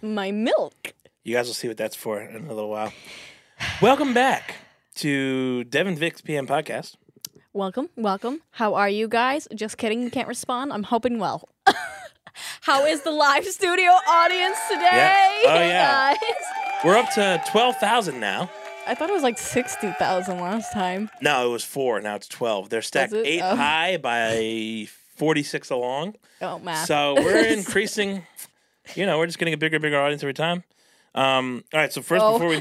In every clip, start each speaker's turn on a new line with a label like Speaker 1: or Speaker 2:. Speaker 1: my milk.
Speaker 2: You guys will see what that's for in a little while. Welcome back to Devin Vic's PM podcast.
Speaker 1: Welcome, welcome. How are you guys? Just kidding, you can't respond. I'm hoping well. How is the live studio audience today?
Speaker 2: Oh, yeah.
Speaker 1: guys?
Speaker 2: We're up to 12,000 now.
Speaker 1: I thought it was like 60,000 last time.
Speaker 2: No, it was four. Now it's 12. They're stacked
Speaker 1: it?
Speaker 2: eight
Speaker 1: Oh.
Speaker 2: high by 46 along.
Speaker 1: Oh, math.
Speaker 2: So we're increasing, you know, we're just getting a bigger, bigger audience every time. Um, all right. So first,
Speaker 1: Oh.
Speaker 2: before we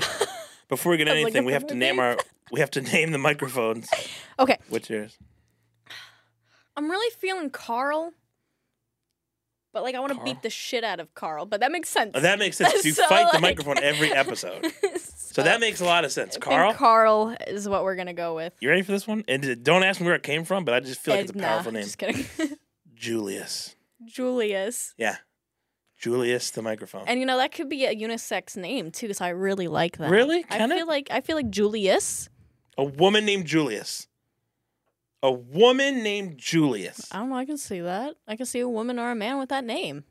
Speaker 2: before we get
Speaker 1: I was like,
Speaker 2: anything, we have to name our we have to name the microphones.
Speaker 1: okay,
Speaker 2: What's yours?
Speaker 1: I'm really feeling Carl. But like I want to
Speaker 2: Carl?
Speaker 1: beat the shit out of Carl, but that makes sense.
Speaker 2: Oh, that makes sense. You
Speaker 1: So,
Speaker 2: fight the
Speaker 1: like-
Speaker 2: microphone every episode, so that makes a lot of
Speaker 1: I
Speaker 2: sense.
Speaker 1: think
Speaker 2: Carl,
Speaker 1: Carl is what we're gonna go with.
Speaker 2: you ready for this one? And d- don't ask me where it came from, but I just feel like it's a
Speaker 1: Eh, nah,
Speaker 2: powerful name.
Speaker 1: Just kidding.
Speaker 2: Julius.
Speaker 1: Julius.
Speaker 2: Yeah, Julius the microphone.
Speaker 1: And you know that could be a unisex name too, so I really like that.
Speaker 2: Really?
Speaker 1: I
Speaker 2: Can it?
Speaker 1: feel like I feel like Julius.
Speaker 2: a woman named Julius. A woman named Julius.
Speaker 1: I don't know. I can see that. I can see a woman or a man with that name.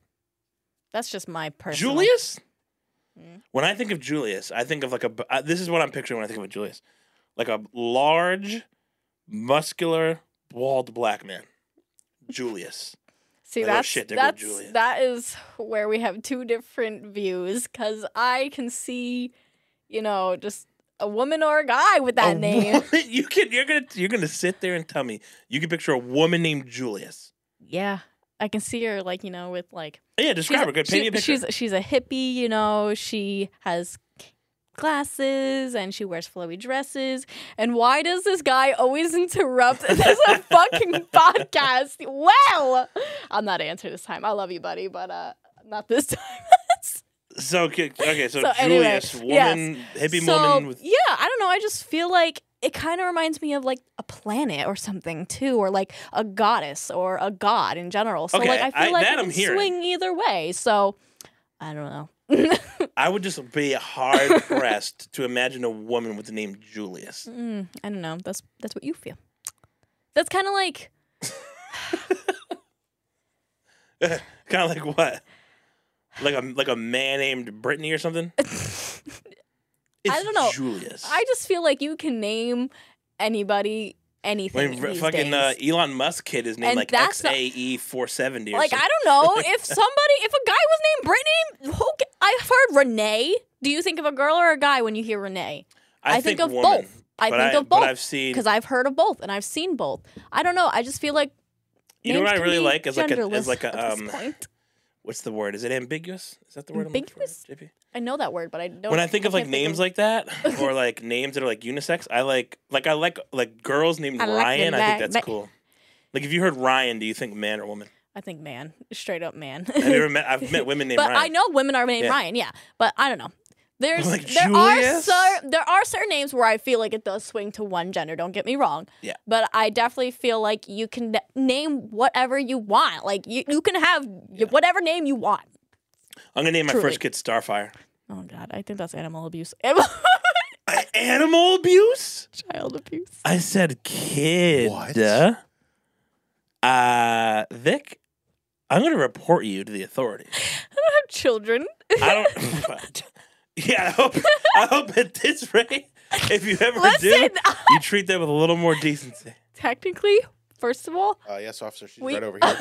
Speaker 1: That's just my personal.
Speaker 2: Julius?
Speaker 1: Mm.
Speaker 2: When I think of Julius, I think of like a. b- Uh, this is what I'm picturing when I think of a Julius, like a large, muscular, bald black man. Julius.
Speaker 1: See,
Speaker 2: Like, oh,
Speaker 1: that's
Speaker 2: shit, there goes
Speaker 1: that's
Speaker 2: Julius.
Speaker 1: that is where we have two different views because I can see, you know, just a woman or a guy with that
Speaker 2: A
Speaker 1: name.
Speaker 2: woman- you can. You're gonna. You're gonna sit there and tell me you can picture a woman named Julius.
Speaker 1: Yeah, I can see her like you know with like
Speaker 2: Yeah, describe her. Good. Paint
Speaker 1: she-
Speaker 2: me a picture.
Speaker 1: She's she's a hippie, you know. She has glasses and she wears flowy dresses. And why does this guy always interrupt this fucking podcast? Well, I'm not answering this time. I love you, buddy, but uh, not this time.
Speaker 2: so okay. okay, So,
Speaker 1: So anyway,
Speaker 2: Julius, woman, hippie
Speaker 1: so
Speaker 2: woman with
Speaker 1: yeah, I don't know. I just feel like it kind of reminds me of like a planet or something too, or like a goddess or a god in general. So
Speaker 2: Okay,
Speaker 1: like I feel
Speaker 2: I-
Speaker 1: like
Speaker 2: that
Speaker 1: it
Speaker 2: I'm
Speaker 1: can
Speaker 2: hearing.
Speaker 1: swing either way. So I don't know.
Speaker 2: I would just be hard pressed to imagine a woman with the name Julius.
Speaker 1: Mm, I don't know. That's that's what you feel. That's kind of like
Speaker 2: kind of like what? Like a like a man named Brittany or something. It's
Speaker 1: don't know.
Speaker 2: Julius.
Speaker 1: I just feel like you can name anybody anything
Speaker 2: when r-
Speaker 1: these
Speaker 2: fucking uh,
Speaker 1: days.
Speaker 2: Elon Musk kid is named
Speaker 1: And
Speaker 2: like
Speaker 1: that's not-
Speaker 2: XAE four seventy.
Speaker 1: like I don't know if somebody if a guy was named Brittany. Who ca- I've heard Renee. Do you think of a girl or a guy when you hear Renee? I think of
Speaker 2: woman,
Speaker 1: both. I
Speaker 2: but
Speaker 1: think of
Speaker 2: But
Speaker 1: both.
Speaker 2: I've seen.
Speaker 1: Because I've heard of both and I've seen both. I don't know. I just feel like
Speaker 2: You know
Speaker 1: names
Speaker 2: what I
Speaker 1: can
Speaker 2: really
Speaker 1: be
Speaker 2: like is like a
Speaker 1: genderless
Speaker 2: is like a
Speaker 1: at this
Speaker 2: um.
Speaker 1: point.
Speaker 2: What's the word? Is it ambiguous? Is that the word? I'm looking for,
Speaker 1: Ambiguous?
Speaker 2: JP?
Speaker 1: I know that word, but I don't.
Speaker 2: when I think of like
Speaker 1: can't
Speaker 2: names
Speaker 1: of-
Speaker 2: like that, or like names that are like unisex, I like like I like like girls named
Speaker 1: I like the
Speaker 2: Ryan. I think
Speaker 1: la-
Speaker 2: that's
Speaker 1: ba-
Speaker 2: cool. Like if you heard Ryan, do you think man or woman?
Speaker 1: I think man, straight up man.
Speaker 2: Have you ever met? I've met women named
Speaker 1: but
Speaker 2: Ryan.
Speaker 1: I know women are named
Speaker 2: Yeah.
Speaker 1: Ryan. Yeah, but I don't know. There's
Speaker 2: Like
Speaker 1: there
Speaker 2: Julius?
Speaker 1: are cer- there are certain names where I feel like it does swing to one gender. Don't get me wrong.
Speaker 2: Yeah.
Speaker 1: But I definitely feel like you can n- name whatever you want. Like you, you can have y- whatever name you want.
Speaker 2: I'm gonna name my
Speaker 1: Truly.
Speaker 2: first kid Starfire.
Speaker 1: Oh God, I think that's animal abuse. Animal
Speaker 2: I- animal abuse?
Speaker 1: child abuse.
Speaker 2: I said kid.
Speaker 3: What?
Speaker 2: Uh, Vic, I'm gonna report you to the authorities.
Speaker 1: I have children.
Speaker 2: I don't. yeah, I hope. I hope at this rate, if you ever do,
Speaker 1: Listen,
Speaker 2: you treat them with a little more decency.
Speaker 1: technically, first of all,
Speaker 3: Uh, yes, officer. She's
Speaker 1: We-
Speaker 3: right over here.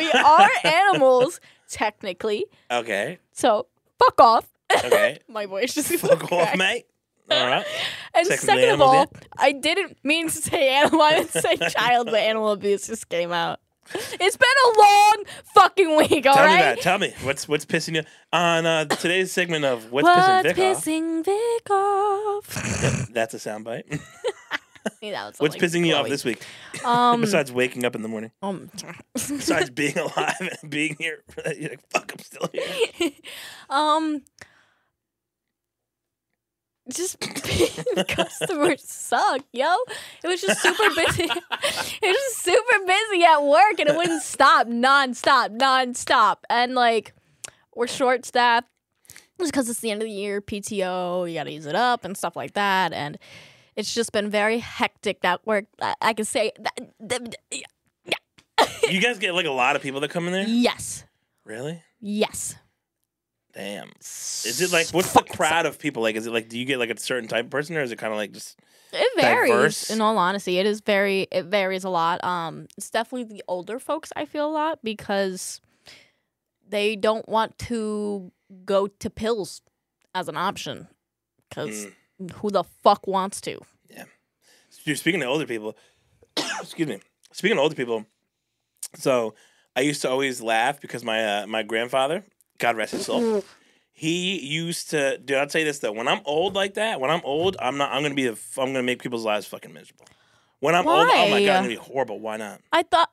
Speaker 1: we are animals technically.
Speaker 2: Okay.
Speaker 1: So fuck off.
Speaker 2: Okay.
Speaker 1: My voice just
Speaker 2: Fuck off,
Speaker 1: cracked.
Speaker 2: mate. All right.
Speaker 1: And
Speaker 2: Technically
Speaker 1: second of
Speaker 2: animal
Speaker 1: all, I didn't mean to say animal. I meant to say child, but animal abuse just came out. It's been a long fucking week, all
Speaker 2: Tell me
Speaker 1: right.
Speaker 2: that. Tell me what's what's pissing you on uh, today's segment of what's, pissing
Speaker 1: What's
Speaker 2: Vic
Speaker 1: pissing Vic off?
Speaker 2: off. That's a soundbite.
Speaker 1: Yeah, that
Speaker 2: What's
Speaker 1: was
Speaker 2: pissing you off
Speaker 1: Chloe.
Speaker 2: this week
Speaker 1: Um,
Speaker 2: besides waking up in the morning?
Speaker 1: um,
Speaker 2: besides being alive and being here. You're like, fuck, I'm still here.
Speaker 1: um, just customers suck, yo. It was just super busy. it was just super busy at work, and it wouldn't stop, nonstop, nonstop, and like we're short staffed just because it's the end of the year, PTO, you gotta use it up and stuff like that, and it's just been very hectic that work. I, I can say that.
Speaker 2: Eh? You guys get like a lot of people that come in there.
Speaker 1: yes,
Speaker 2: Really?
Speaker 1: yes.
Speaker 2: Damn. Is it like what's the
Speaker 1: Fucking
Speaker 2: crowd of people like? Is it like do you get like a certain type of person or is it kind of like just
Speaker 1: It varies.
Speaker 2: diverse?
Speaker 1: In all honesty, it is very it varies a lot. Um, it's definitely the older folks I feel a lot because they don't want to go to pills as an option because
Speaker 2: Mm.
Speaker 1: who the fuck wants to?
Speaker 2: Dude, speaking to older people, excuse me. Speaking to older people, so I used to always laugh because my uh, my grandfather, God rest his soul, he used to. Dude, I'll tell you this though. When I'm old like that, when I'm old, I'm not. I'm gonna be. A, I'm gonna make people's lives fucking miserable. When I'm old, oh my
Speaker 1: Why?
Speaker 2: god, I'm gonna be horrible. Why not?
Speaker 1: I thought.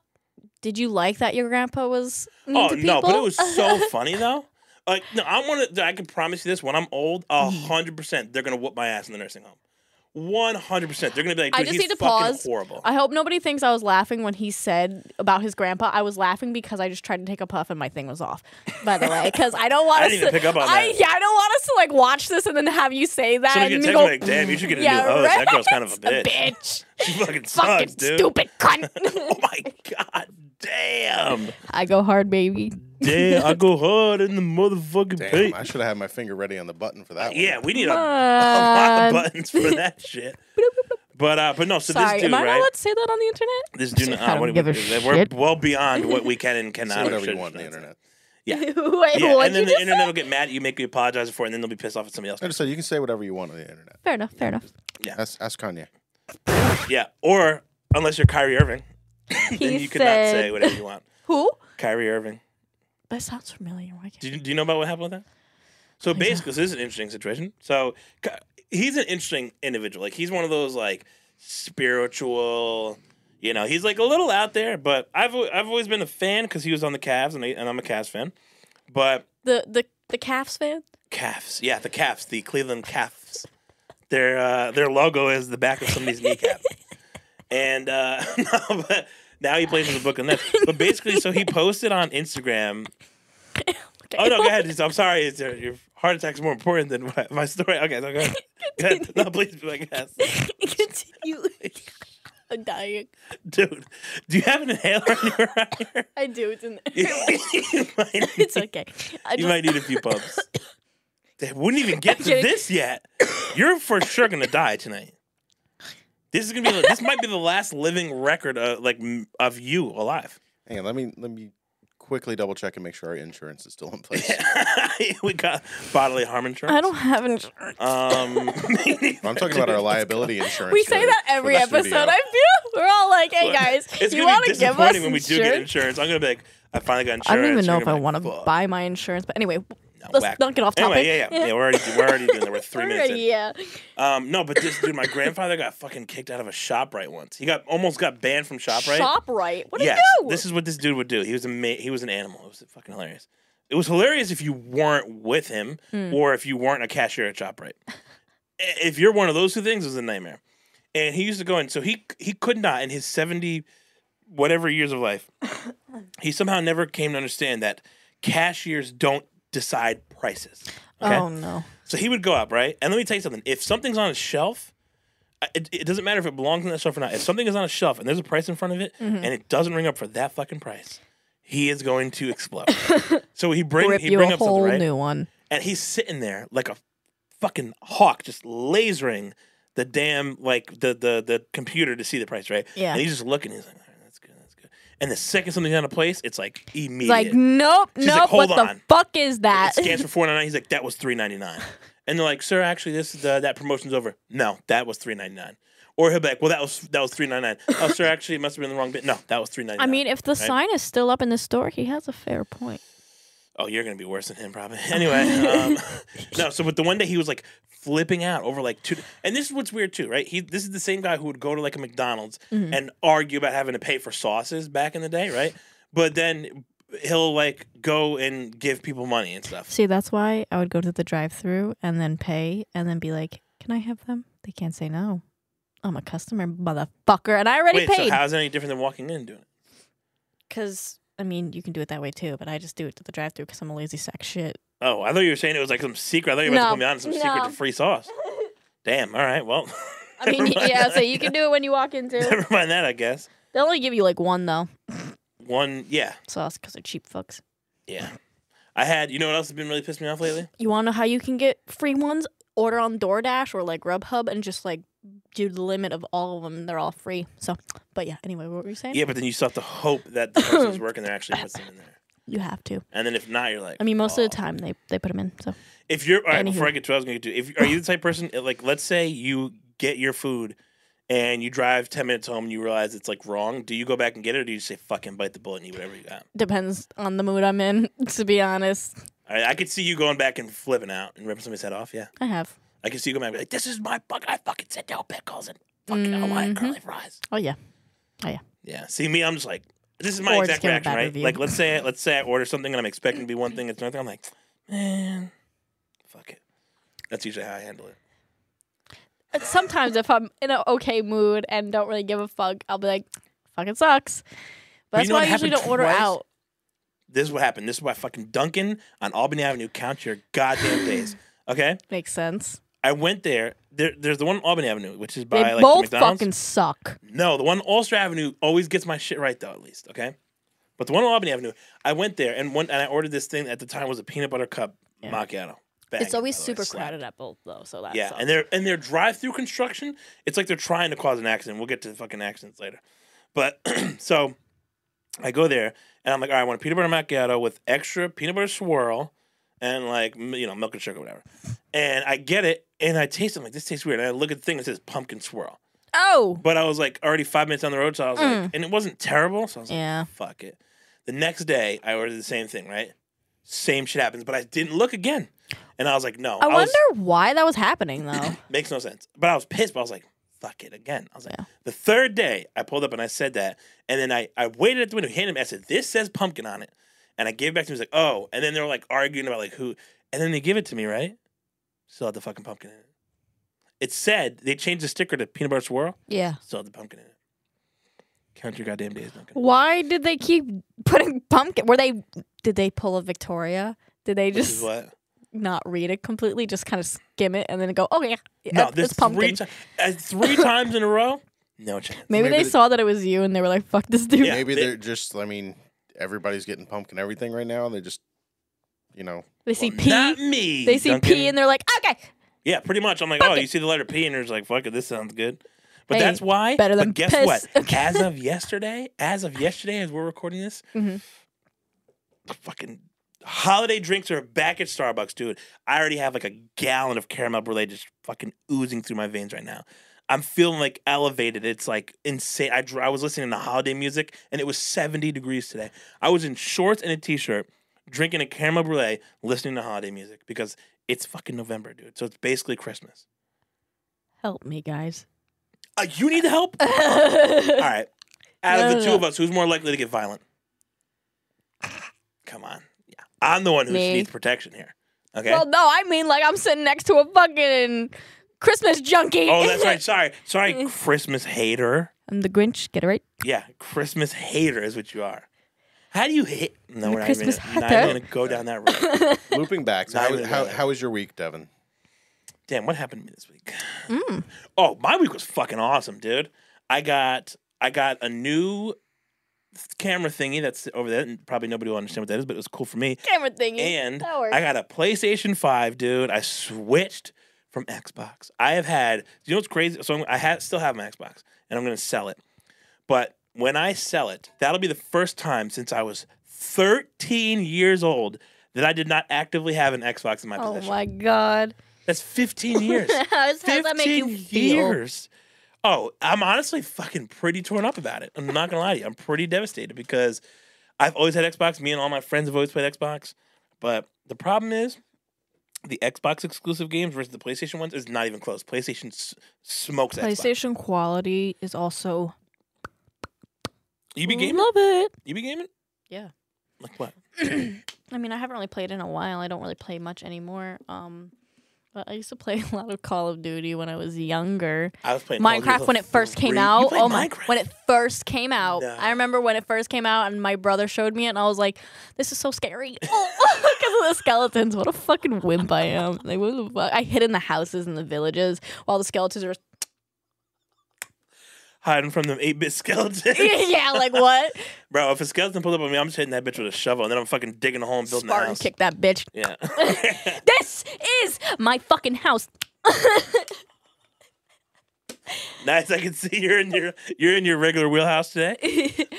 Speaker 1: Did you like that your grandpa was? mean
Speaker 2: Oh
Speaker 1: to
Speaker 2: no, but it
Speaker 1: people?
Speaker 2: was so funny though. Like no, I'm one. Of, I can promise you this. When I'm old, a
Speaker 1: Mm.
Speaker 2: hundred percent, they're gonna whoop my ass in the nursing home. One hundred percent, they're gonna be like,
Speaker 1: I
Speaker 2: dude,
Speaker 1: just
Speaker 2: he's
Speaker 1: need to
Speaker 2: fucking
Speaker 1: pause.
Speaker 2: horrible.
Speaker 1: I hope nobody thinks I was laughing when he said about his grandpa. I was laughing because I just tried to take a puff and my thing was off. By the way, because I don't want
Speaker 2: I
Speaker 1: us
Speaker 2: didn't
Speaker 1: to
Speaker 2: even pick up on
Speaker 1: I,
Speaker 2: that.
Speaker 1: Yeah, I don't want us to like watch this and then have you say that
Speaker 2: Somebody
Speaker 1: and
Speaker 2: gets
Speaker 1: me
Speaker 2: him
Speaker 1: go,
Speaker 2: like, damn, you should get a
Speaker 1: yeah,
Speaker 2: new hose.
Speaker 1: right?
Speaker 2: That girl's kind of a bitch.
Speaker 1: bitch,
Speaker 2: She fucking sucks,
Speaker 1: fucking
Speaker 2: dude.
Speaker 1: stupid cunt.
Speaker 2: Oh my god, damn.
Speaker 1: I go hard, baby.
Speaker 2: Damn, I go hard in the motherfucking
Speaker 3: Damn,
Speaker 2: paint.
Speaker 3: I should have had my finger ready on the button for that one.
Speaker 2: Yeah, we need a, a lot
Speaker 1: Man.
Speaker 2: of buttons for that shit. But uh, but no, so
Speaker 1: Sorry,
Speaker 2: this dude,
Speaker 1: am I
Speaker 2: right?
Speaker 1: allowed to say that on the internet?
Speaker 2: This dude,
Speaker 1: I
Speaker 2: uh, what
Speaker 1: don't
Speaker 2: do we-
Speaker 1: give a
Speaker 2: we're
Speaker 1: shit.
Speaker 2: well beyond what we can and cannot.
Speaker 3: Say whatever
Speaker 2: should-
Speaker 3: you want on the
Speaker 2: should-
Speaker 3: internet.
Speaker 2: Yeah.
Speaker 1: Wait,
Speaker 2: Yeah,
Speaker 1: what
Speaker 2: and then
Speaker 1: you
Speaker 2: the
Speaker 1: just
Speaker 2: internet
Speaker 1: say?
Speaker 2: will get mad at you, make you apologize for it, and then they'll be pissed off at somebody else.
Speaker 3: I just said you can say whatever you want on the internet.
Speaker 1: Fair enough. Fair enough.
Speaker 3: Ask, ask Kanye.
Speaker 2: Yeah, or unless you're Kyrie Irving, then
Speaker 1: He
Speaker 2: you cannot say
Speaker 1: said-
Speaker 2: whatever you want.
Speaker 1: Who?
Speaker 2: Kyrie Irving.
Speaker 1: That sounds familiar. Why
Speaker 2: Do
Speaker 1: can't
Speaker 2: you, do you know about what happened with that? So basically, this is an interesting situation. So Ka- he's an interesting individual. Like he's one of those like spiritual. You know, he's like a little out there, but I've al- I've always been a fan because he was on the Cavs, and, I, and I'm a Cavs fan. But
Speaker 1: the the the Cavs fan?
Speaker 2: Cavs, yeah, the Cavs, the Cleveland Cavs. Their uh, their logo is the back of somebody's kneecap. And uh, no, but now he plays in the book and that. But basically, so he posted on Instagram
Speaker 1: Okay.
Speaker 2: Oh no, go ahead. It's- I'm sorry. It's, uh, your, your heart attack's more important than my, my story. Okay, no, go ahead. Go ahead. No, please be like yes.
Speaker 1: Continue. I'm dying.
Speaker 2: Dude, do you have an inhaler anywhere around here?
Speaker 1: I do. It's in there.
Speaker 2: you, might,
Speaker 1: it's okay. I
Speaker 2: you
Speaker 1: just,
Speaker 2: might need a few pumps. They wouldn't even get to
Speaker 1: kidding.
Speaker 2: this yet. You're for sure gonna die tonight. This is gonna be. This might be the last living record, of, like m- of you alive.
Speaker 3: Hang on, let me let me quickly double check and make sure our insurance is still in place.
Speaker 2: we got bodily harm insurance.
Speaker 1: I don't have insurance.
Speaker 2: Um,
Speaker 3: I'm talking about our liability insurance.
Speaker 1: we say
Speaker 3: for-
Speaker 1: that
Speaker 3: for
Speaker 1: every
Speaker 3: the
Speaker 1: episode.
Speaker 3: studio.
Speaker 1: I feel we're all like, "Hey guys,
Speaker 2: It's
Speaker 1: you
Speaker 2: gonna
Speaker 1: want
Speaker 2: be
Speaker 1: to give us
Speaker 2: disappointing
Speaker 1: insurance?"
Speaker 2: when we do get insurance. I'm gonna be like, I finally got insurance.
Speaker 1: I don't even know
Speaker 2: You're
Speaker 1: if I
Speaker 2: gonna be
Speaker 1: want
Speaker 2: like,
Speaker 1: to
Speaker 2: "Fuck."
Speaker 1: buy my insurance, but anyway,
Speaker 2: No,
Speaker 1: let's
Speaker 2: whack.
Speaker 1: not get off topic.
Speaker 2: Anyway, yeah, yeah, yeah. We're already, we're already doing that. We're three minutes. in.
Speaker 1: yeah.
Speaker 2: Um, no, but this dude, my grandfather got fucking kicked out of a Shoprite once. He got almost got banned from Shoprite.
Speaker 1: Shop right. What do
Speaker 2: yes,
Speaker 1: you do?
Speaker 2: this is what this dude would do. He was a ma- he was an animal. It was fucking hilarious. It was hilarious if you weren't with him
Speaker 1: Hmm.
Speaker 2: or if you weren't a cashier at Shoprite. I- if you're one of those two things, it was a nightmare. And he used to go in, so he he could not in his seventy whatever years of life, he somehow never came to understand that cashiers don't decide prices. Okay?
Speaker 1: Oh no.
Speaker 2: So he would go up, right? And let me tell you something. If something's on a shelf, I- it, it doesn't matter if it belongs on that shelf or not. If something is on a shelf and there's a price in front of it
Speaker 1: Mm-hmm.
Speaker 2: and it doesn't ring up for that fucking price, he is going to explode. so he bring
Speaker 1: Rip
Speaker 2: he
Speaker 1: you
Speaker 2: bring
Speaker 1: a
Speaker 2: up something,
Speaker 1: whole
Speaker 2: right?
Speaker 1: new one.
Speaker 2: and he's sitting there like a fucking hawk, just lasering the damn like the the the computer to see the price, right?
Speaker 1: Yeah.
Speaker 2: And he's just looking. He's like, All right, that's good, that's good. And the second something's out of place, it's like immediate.
Speaker 1: It's like, nope,
Speaker 2: She's like,
Speaker 1: nope.
Speaker 2: "Hold
Speaker 1: what
Speaker 2: on."
Speaker 1: the fuck is that?
Speaker 2: it scans for four ninety nine. He's like, that was three ninety nine, and they're like, sir, actually, this is the, that promotion's over. No, that was three ninety nine. Or he'll be like, well, that was that was three ninety nine. Oh, sir, actually, it must have been the wrong bit. No, that was three ninety
Speaker 1: I
Speaker 2: nine.
Speaker 1: mean, if the sign is still up in the store, he has a fair point.
Speaker 2: oh, you're gonna be worse than him, probably. Anyway, um, no. So, but the one day he was like flipping out over like two, and this is what's weird too, right? He this is the same guy who would go to like a McDonald's
Speaker 1: Mm-hmm.
Speaker 2: and argue about having to pay for sauces back in the day, right? But then he'll like go and give people money and stuff.
Speaker 1: See, that's why I would go to the drive-through and then pay and then be like, "Can I have them?" They can't say no. I'm a customer, motherfucker, and I already
Speaker 2: Wait, so
Speaker 1: paid.
Speaker 2: how's that any different than walking in and doing it?
Speaker 1: Because I mean, you can do it that way too, but I just do it to the drive-through because I'm a lazy sack shit.
Speaker 2: Oh, I thought you were saying it was like some secret. I thought you were about
Speaker 1: No.
Speaker 2: to put me on some secret
Speaker 1: No.
Speaker 2: to free sauce. Damn. All right. Well,
Speaker 1: I mean,
Speaker 2: Never mind
Speaker 1: yeah.
Speaker 2: that.
Speaker 1: So you can do it when you walk in too.
Speaker 2: never mind that. I guess
Speaker 1: They only give you like one though
Speaker 2: one. Yeah.
Speaker 1: sauce because they're cheap fucks.
Speaker 2: Yeah. I had, you know what else has been really pissed me off lately?
Speaker 1: You want to know how you can get free ones? Order on DoorDash or like Grubhub and just like do the limit of all of them. They're all free. So, but yeah. Anyway, what were you saying?
Speaker 2: Yeah, but then you still have to hope that the person's working there actually puts them in there.
Speaker 1: You have to.
Speaker 2: And then if not, you're like,
Speaker 1: I mean, most
Speaker 2: "Oh."
Speaker 1: of the time they they put them in. So
Speaker 2: If you're all right, before
Speaker 1: Anywho.
Speaker 2: I get to what I was gonna get to, if are you the type of person like let's say you get your food and you drive ten minutes home and you realize it's like wrong, do you go back and get it or do you just say fucking bite the bullet and eat whatever you got?
Speaker 1: depends on the mood I'm in. To be honest,
Speaker 2: All right, I could see you going back and flipping out and ripping somebody's head off. Yeah,
Speaker 1: I have.
Speaker 2: I could see you going back and be like, "This is my fuck. I fucking said no pickles and fucking I want
Speaker 1: Mhm.
Speaker 2: curly fries."
Speaker 1: Oh yeah.
Speaker 2: Yeah. See me, I'm just like, this is my
Speaker 1: Or just
Speaker 2: exact
Speaker 1: give a
Speaker 2: reaction,
Speaker 1: bad
Speaker 2: right?
Speaker 1: review.
Speaker 2: Like, let's say, let's say I order something and I'm expecting to be one thing, it's another thing. I'm like, man, fuck it. That's usually how I handle it.
Speaker 1: Sometimes if I'm in an okay mood and don't really give a fuck, I'll be like, "Fucking sucks." But
Speaker 2: But
Speaker 1: that's
Speaker 2: you know
Speaker 1: why I
Speaker 2: what
Speaker 1: usually
Speaker 2: happened
Speaker 1: don't order
Speaker 2: twice?
Speaker 1: out.
Speaker 2: This is what happened. This is why fucking Duncan on Albany Avenue counts your goddamn days. Okay,
Speaker 1: Makes sense.
Speaker 2: I went there. there there's the one on Albany Avenue, which is by
Speaker 1: they
Speaker 2: like the
Speaker 1: both
Speaker 2: McDonald's.
Speaker 1: fucking suck.
Speaker 2: No, the one on Ulster Avenue always gets my shit right though, at least. Okay, but the one on Albany Avenue, I went there and one and I ordered this thing at the time was a peanut butter cup
Speaker 1: Yeah.
Speaker 2: macchiato.
Speaker 1: It's always super
Speaker 2: crowded.
Speaker 1: crowded at both though, so that
Speaker 2: Yeah,
Speaker 1: sucks.
Speaker 2: and their and their drive through construction, it's like they're trying to cause an accident. We'll get to the fucking accidents later. But so I go there and I'm like, all right, I want a peanut butter macchiato with extra peanut butter swirl and like m- you know milk and sugar, whatever. And I get it and I taste it. I'm like, this tastes weird. And I look at the thing and it says pumpkin swirl.
Speaker 1: oh
Speaker 2: But I was like already five minutes down the road, so I was
Speaker 1: Mm.
Speaker 2: like, and it wasn't terrible. So I was like,
Speaker 1: yeah,
Speaker 2: fuck it. The next day I ordered the same thing, right? Same shit happens, but I didn't look again. And I was like, no.
Speaker 1: I,
Speaker 2: was-
Speaker 1: wonder why that was happening though.
Speaker 2: Makes no sense. But I was pissed, but I was like, fuck it again. I was like,
Speaker 1: Yeah.
Speaker 2: the third day I pulled up and I said that. And then I, I waited at the window, handed him, I said, this says pumpkin on it. And I gave it back to him. He was like, oh. And then they were like arguing about like who. And then they give it to me, right? Still had the fucking pumpkin in it. It said they changed the sticker to peanut butter swirl,
Speaker 1: yeah.
Speaker 2: still had the pumpkin in it. Count your goddamn days, Duncan.
Speaker 1: Why did they keep putting pumpkin? Were they? Did they pull a Victoria? Did they
Speaker 2: This is
Speaker 1: just
Speaker 2: what?
Speaker 1: not read it completely? Just kind of skim it and then go, oh yeah, yeah,
Speaker 2: No,
Speaker 1: it's-
Speaker 2: this
Speaker 1: it's pumpkin.
Speaker 2: three, ti- uh, three times in a row? No chance.
Speaker 1: maybe,
Speaker 3: Maybe
Speaker 1: they
Speaker 3: they-
Speaker 1: saw that it was you and they were like, fuck this dude.
Speaker 2: Yeah,
Speaker 3: Maybe
Speaker 2: they-
Speaker 3: they, are just. I mean, everybody's getting pumpkin everything right now, and they just, you know,
Speaker 1: They see
Speaker 2: Well,
Speaker 1: P.
Speaker 2: Not me.
Speaker 1: they see P
Speaker 2: Duncan.
Speaker 1: and they're like, okay,
Speaker 2: Yeah, pretty much. I'm like,
Speaker 1: Fuck
Speaker 2: oh,
Speaker 1: it.
Speaker 2: you see the letter P, and it's like, fuck it, this sounds good. But
Speaker 1: Hey,
Speaker 2: that's why.
Speaker 1: better than
Speaker 2: but guess
Speaker 1: piss.
Speaker 2: what?
Speaker 1: Okay.
Speaker 2: As of yesterday, as of yesterday, as we're recording this,
Speaker 1: Mhm.
Speaker 2: the fucking holiday drinks are back at Starbucks, dude. I already have like a gallon of caramel brulee just fucking oozing through my veins right now. I'm feeling like elevated. It's like insane. I, dr- I was listening to holiday music, and it was 70 degrees today. I was in shorts and a t-shirt, drinking a caramel brulee, listening to holiday music because it's fucking November, dude. So it's basically Christmas.
Speaker 1: help me, guys.
Speaker 2: Uh, you need help? All right. Out
Speaker 1: No,
Speaker 2: of
Speaker 1: no,
Speaker 2: the two
Speaker 1: no.
Speaker 2: of us, who's more likely to get violent? Come on. Yeah. I'm the one who
Speaker 1: Me.
Speaker 2: needs protection here. Okay.
Speaker 1: Well, no, I mean, like, I'm sitting next to a fucking Christmas junkie.
Speaker 2: oh, that's right. Sorry.
Speaker 1: Mm.
Speaker 2: Sorry, Christmas hater.
Speaker 1: I'm the Grinch. Get it right.
Speaker 2: Yeah, Christmas hater is what you are. How do you hate? No,
Speaker 1: I'm a
Speaker 2: we're not
Speaker 1: Christmas
Speaker 2: even, not
Speaker 1: hater.
Speaker 2: even gonna go down that road.
Speaker 3: looping back. So
Speaker 2: Not
Speaker 3: how,
Speaker 2: even
Speaker 3: how,
Speaker 2: that.
Speaker 3: how was your week, Devin?
Speaker 2: Damn, what happened to me this week?
Speaker 1: Mm.
Speaker 2: Oh, my week was fucking awesome, dude. I got I got a new camera thingy that's over there. and Probably nobody will understand what that is, but it was cool for me.
Speaker 1: Camera thingy.
Speaker 2: And
Speaker 1: That works.
Speaker 2: I got a PlayStation 5, dude. I switched from Xbox. I have had, you know what's crazy? So I'm, I ha- still have my Xbox and I'm going to sell it. But when I sell it, that'll be the first time since I was 13 years old that I did not actively have an Xbox in my
Speaker 1: oh
Speaker 2: possession.
Speaker 1: my god.
Speaker 2: That's 15 years.
Speaker 1: How does that make you
Speaker 2: 15
Speaker 1: feel?
Speaker 2: years. Oh, I'm honestly fucking pretty torn up about it. I'm not gonna lie to you. I'm pretty devastated because I've always had Xbox. Me and all my friends have always played Xbox. But the problem is the Xbox exclusive games versus the PlayStation ones is not even close. PlayStation s- smokes Xbox.
Speaker 1: PlayStation quality is also.
Speaker 2: You be gaming?
Speaker 1: Love it.
Speaker 2: You be gaming?
Speaker 1: Yeah.
Speaker 2: Like what?
Speaker 1: I mean, I haven't really played in a while. I don't really play much anymore. Um, but I used to play a lot of Call of Duty when I was younger.
Speaker 2: I was playing Call of Duty
Speaker 1: Minecraft
Speaker 2: with
Speaker 1: when
Speaker 2: a
Speaker 1: it first came
Speaker 2: three- You
Speaker 1: out.
Speaker 2: played
Speaker 1: Oh my!
Speaker 2: Minecraft?
Speaker 1: When it first came out,
Speaker 2: No.
Speaker 1: I remember when it first came out, and my brother showed me it, and I was like, "This is so scary because of the skeletons. What a fucking wimp I am! Like, what the fuck? I hid in the houses and the villages while the skeletons were
Speaker 2: hiding from them eight bit skeletons.
Speaker 1: yeah, like what?
Speaker 2: Bro, if a skeleton pulls up on me, I'm just hitting that bitch with a shovel, and then I'm fucking digging a hole and building a
Speaker 1: Spartan
Speaker 2: house.
Speaker 1: kick that bitch.
Speaker 2: Yeah.
Speaker 1: This is my fucking house.
Speaker 2: nice. I can see you're in your you're in your regular wheelhouse today.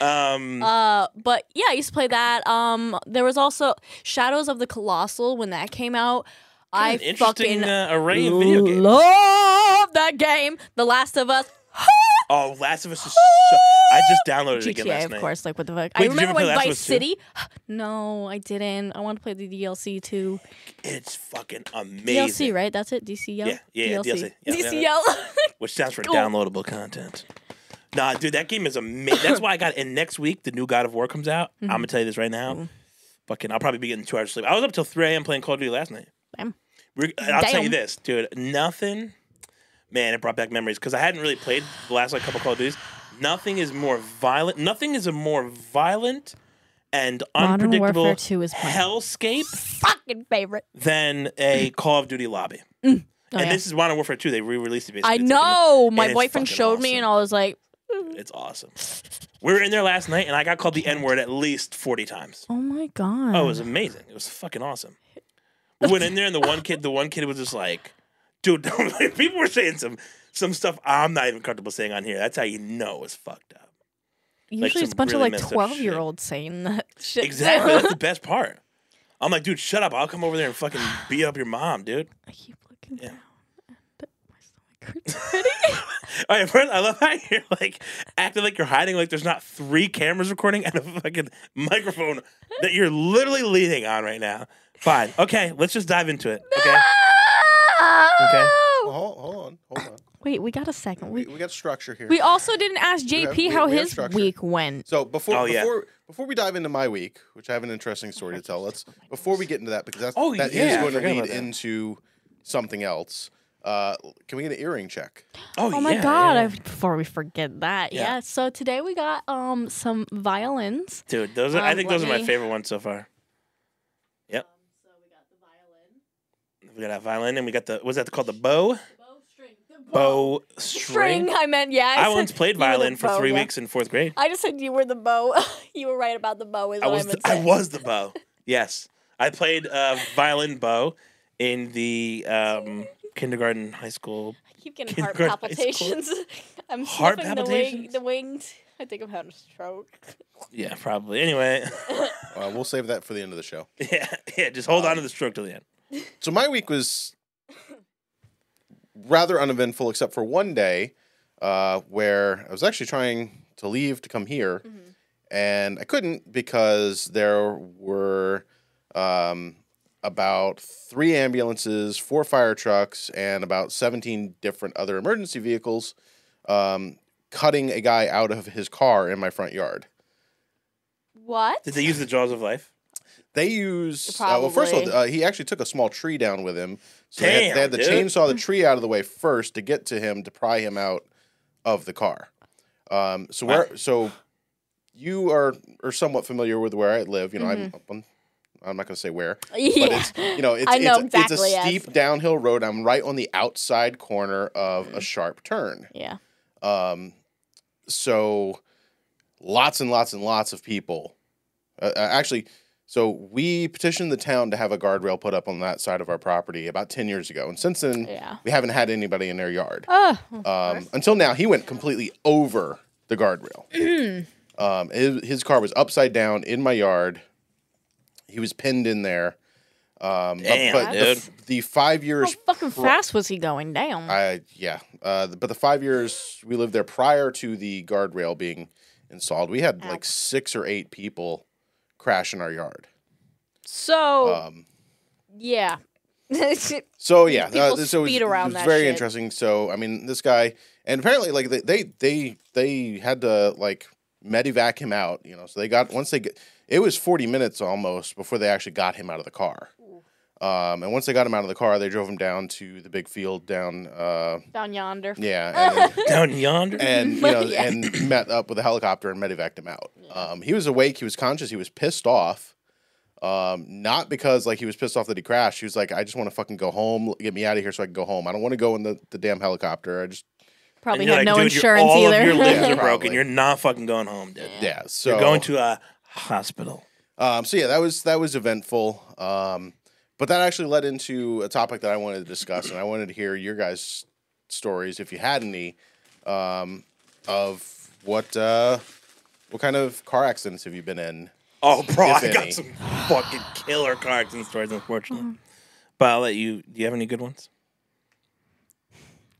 Speaker 2: Um,
Speaker 1: Uh, but yeah, I used to play that. Um, there was also Shadows of the Colossal when that came out. I
Speaker 2: an interesting
Speaker 1: fucking
Speaker 2: uh, array of video games.
Speaker 1: love that game. The Last of Us.
Speaker 2: Oh, Last of Us is so. I just downloaded it again
Speaker 1: GTA,
Speaker 2: last
Speaker 1: of
Speaker 2: night.
Speaker 1: course. Like what the fuck?
Speaker 2: Wait, did
Speaker 1: I
Speaker 2: you
Speaker 1: remember
Speaker 2: ever play
Speaker 1: when
Speaker 2: Last of
Speaker 1: Vice
Speaker 2: Us 2?
Speaker 1: City. No, I didn't. I want to play the DLC too.
Speaker 2: It's fucking amazing.
Speaker 1: DLC, right? That's it. DCL.
Speaker 2: Yeah, yeah, DLC. Yeah, yeah,
Speaker 1: DCL.
Speaker 2: Which stands for
Speaker 1: Cool.
Speaker 2: downloadable content. Nah, dude, that game is amazing. That's why I got. And next week, the new God of War comes out.
Speaker 1: Mm-hmm.
Speaker 2: I'm gonna tell you this right now. Fucking, I'll probably be getting two hours sleep. I was up till 3 a.m. playing Call of Duty last night.
Speaker 1: Damn.
Speaker 2: We're- I'll tell you
Speaker 1: Damn.
Speaker 2: this, dude. Nothing, man. It brought back memories because I hadn't really played the last like couple Call of Duties. Nothing is more violent. Nothing is a more violent and
Speaker 1: Modern
Speaker 2: unpredictable
Speaker 1: Warfare 2 is my
Speaker 2: hellscape
Speaker 1: fucking favorite.
Speaker 2: than a Call of Duty lobby.
Speaker 1: Oh,
Speaker 2: and
Speaker 1: yeah.
Speaker 2: this is Modern Warfare 2. They re-released it. Basically.
Speaker 1: I
Speaker 2: It's like a-
Speaker 1: know. My
Speaker 2: it's
Speaker 1: boyfriend
Speaker 2: fucking
Speaker 1: showed me, and I was like,
Speaker 2: It's awesome. We were in there last night, and I got called the N word at least forty times.
Speaker 1: "Oh my god."
Speaker 2: Oh, it was amazing. It was fucking awesome. We went in there, and the one kid, the one kid was just like, "Dude, don't- people were saying some some stuff I'm not even comfortable saying on here. That's how you know it's fucked up."
Speaker 1: Usually
Speaker 2: some
Speaker 1: it's a bunch of
Speaker 2: really
Speaker 1: like
Speaker 2: messed up shit.
Speaker 1: twelve year olds saying that shit.
Speaker 2: Exactly. That's the best part. I'm like, dude, shut up. I'll come over there and fucking beat up your mom, dude.
Speaker 1: I keep looking
Speaker 2: Yeah.
Speaker 1: down, and my stomach hurts already.
Speaker 2: All right, first, I love how you're like acting like you're hiding, like there's not three cameras recording and a fucking microphone that you're literally leaning on right now. Fine. Okay, let's just dive into it. Okay. Okay.
Speaker 3: Well, hold, hold on, hold on.
Speaker 1: Wait, we got a second.
Speaker 3: We,
Speaker 1: We
Speaker 3: we got structure here.
Speaker 1: we also didn't ask
Speaker 3: have-
Speaker 1: JP
Speaker 3: we-
Speaker 1: how
Speaker 3: we have
Speaker 1: his
Speaker 3: structure.
Speaker 1: week went.
Speaker 3: So before
Speaker 2: Oh, yeah.
Speaker 3: before before we dive into my week, which I have an interesting story to tell, let's before we get into that because that's,
Speaker 2: Oh,
Speaker 3: that is
Speaker 2: yeah, I
Speaker 3: going to
Speaker 2: forgot
Speaker 3: lead
Speaker 2: about that.
Speaker 3: into something else. Uh, can we get an earring check?
Speaker 2: Oh,
Speaker 1: Oh my
Speaker 2: yeah,
Speaker 1: god!
Speaker 2: yeah,
Speaker 1: I, before we forget that,
Speaker 2: Yeah.
Speaker 1: yeah. So today we got um some violins.
Speaker 2: yeah. dude, those are, I
Speaker 1: Um,
Speaker 2: think
Speaker 1: let
Speaker 2: those are my
Speaker 1: me- Um,
Speaker 2: favorite ones so far. Yep. We got a violin and we got the what's that called the bow bow string.
Speaker 1: String, I meant yeah.
Speaker 2: I
Speaker 1: said
Speaker 2: once played
Speaker 1: you were the
Speaker 2: violin for
Speaker 1: bow,
Speaker 2: three
Speaker 1: yeah.
Speaker 2: weeks in fourth grade.
Speaker 1: I just said you were the bow. you were right about the bow. Is
Speaker 2: I
Speaker 1: what I
Speaker 2: was the,
Speaker 1: meant. to
Speaker 2: I
Speaker 1: say.
Speaker 2: was the bow. Yes, I played uh, violin bow in the um, kindergarten, high school.
Speaker 1: I keep getting heart
Speaker 2: Kindergarten high school.
Speaker 1: palpitations. I'm
Speaker 2: Heart
Speaker 1: sniffing
Speaker 2: palpitations?
Speaker 1: The, wing, the wings. I think I'm having a stroke.
Speaker 2: Yeah, probably. Anyway,
Speaker 3: Uh, we'll save that for the end of the show.
Speaker 2: yeah, yeah. Just hold on to the stroke till the end.
Speaker 3: So my week was rather uneventful, except for one day uh, where I was actually trying to leave to come here, and I couldn't because there were um, about three ambulances, four fire trucks, and about seventeen different other emergency vehicles um, cutting a guy out of his car in my front yard.
Speaker 1: What?
Speaker 2: Did they use the jaws of life?
Speaker 3: They use uh, well. First of all, uh,
Speaker 1: Probably.
Speaker 3: he actually took a small tree down with him, so they, had, they
Speaker 2: Damn,
Speaker 3: had to
Speaker 2: dude.
Speaker 3: chainsaw the tree out of the way first to get to him to pry him out of the car. Um, so
Speaker 2: Wow.
Speaker 3: where so you are are somewhat familiar with where I live. You know, I'm up on. I'm not going to say where, but
Speaker 1: Mm-hmm. yeah.
Speaker 3: it's you know it's
Speaker 1: I know
Speaker 3: it's, a- it's
Speaker 1: exactly,
Speaker 3: a
Speaker 1: yes.
Speaker 3: steep downhill road. I'm right on the outside corner of
Speaker 2: Mm.
Speaker 3: a sharp turn.
Speaker 1: yeah.
Speaker 3: Um, so lots and lots and lots of people. Uh, uh, actually, so we petitioned the town to have a guardrail put up on that side of our property about 10 years ago. And since then,
Speaker 1: Yeah.
Speaker 3: we haven't had anybody in their yard.
Speaker 1: Oh.
Speaker 3: Um, until now, he went completely over the guardrail.
Speaker 1: Mm-hmm.
Speaker 3: um, his, his car was upside down in my yard. He was pinned in there. Um, but-
Speaker 2: Damn,
Speaker 3: but the,
Speaker 2: dude.
Speaker 3: the five
Speaker 1: How
Speaker 3: years
Speaker 1: fucking fast was he going down?
Speaker 3: I yeah, uh, but the five years we lived there prior to the guardrail being installed, we had like six or eight people crash in our yard.
Speaker 1: so
Speaker 2: uh,
Speaker 3: Um,
Speaker 1: yeah.
Speaker 3: so yeah, uh,
Speaker 1: People
Speaker 3: this- so
Speaker 1: speed
Speaker 3: it was,
Speaker 1: around
Speaker 3: it was
Speaker 1: that
Speaker 3: very
Speaker 1: shit.
Speaker 3: interesting. So I mean, this guy, and apparently, like they they they, they had to like medivac him out, you know. So they got once they get, it was forty minutes almost before they actually got him out of the car. Um, and once they got him out of the car, they drove him down to the big field down. Uh,
Speaker 1: down yonder.
Speaker 3: yeah, and,
Speaker 2: Down yonder.
Speaker 3: and you know,
Speaker 1: Yeah.
Speaker 3: and met up with a helicopter and medevaced him out. Um, he was awake, he was conscious, he was pissed off. Um, not because like he was pissed off that he crashed. He was like, I just want to fucking go home. Get me out of here so I can go home. I don't want to go in the, the damn helicopter. I just
Speaker 1: Probably
Speaker 2: And you're
Speaker 1: had
Speaker 2: like,
Speaker 1: no
Speaker 2: dude,
Speaker 1: insurance
Speaker 2: you're, all
Speaker 1: either.
Speaker 2: Of your limbs are broken.
Speaker 3: Probably.
Speaker 2: You're not fucking going home, dude.
Speaker 3: Yeah. So
Speaker 2: You're going to a hospital.
Speaker 3: Um, so yeah, that was that was eventful. Um, but that actually led into a topic that I wanted to discuss, and I wanted to hear your guys' stories, if you had any, um, of what uh, what kind of car accidents have you been in?
Speaker 2: Oh, bro,
Speaker 3: If
Speaker 2: I
Speaker 3: any.
Speaker 2: got some fucking killer car accident stories, unfortunately. But I'll let you. Do you have any good ones?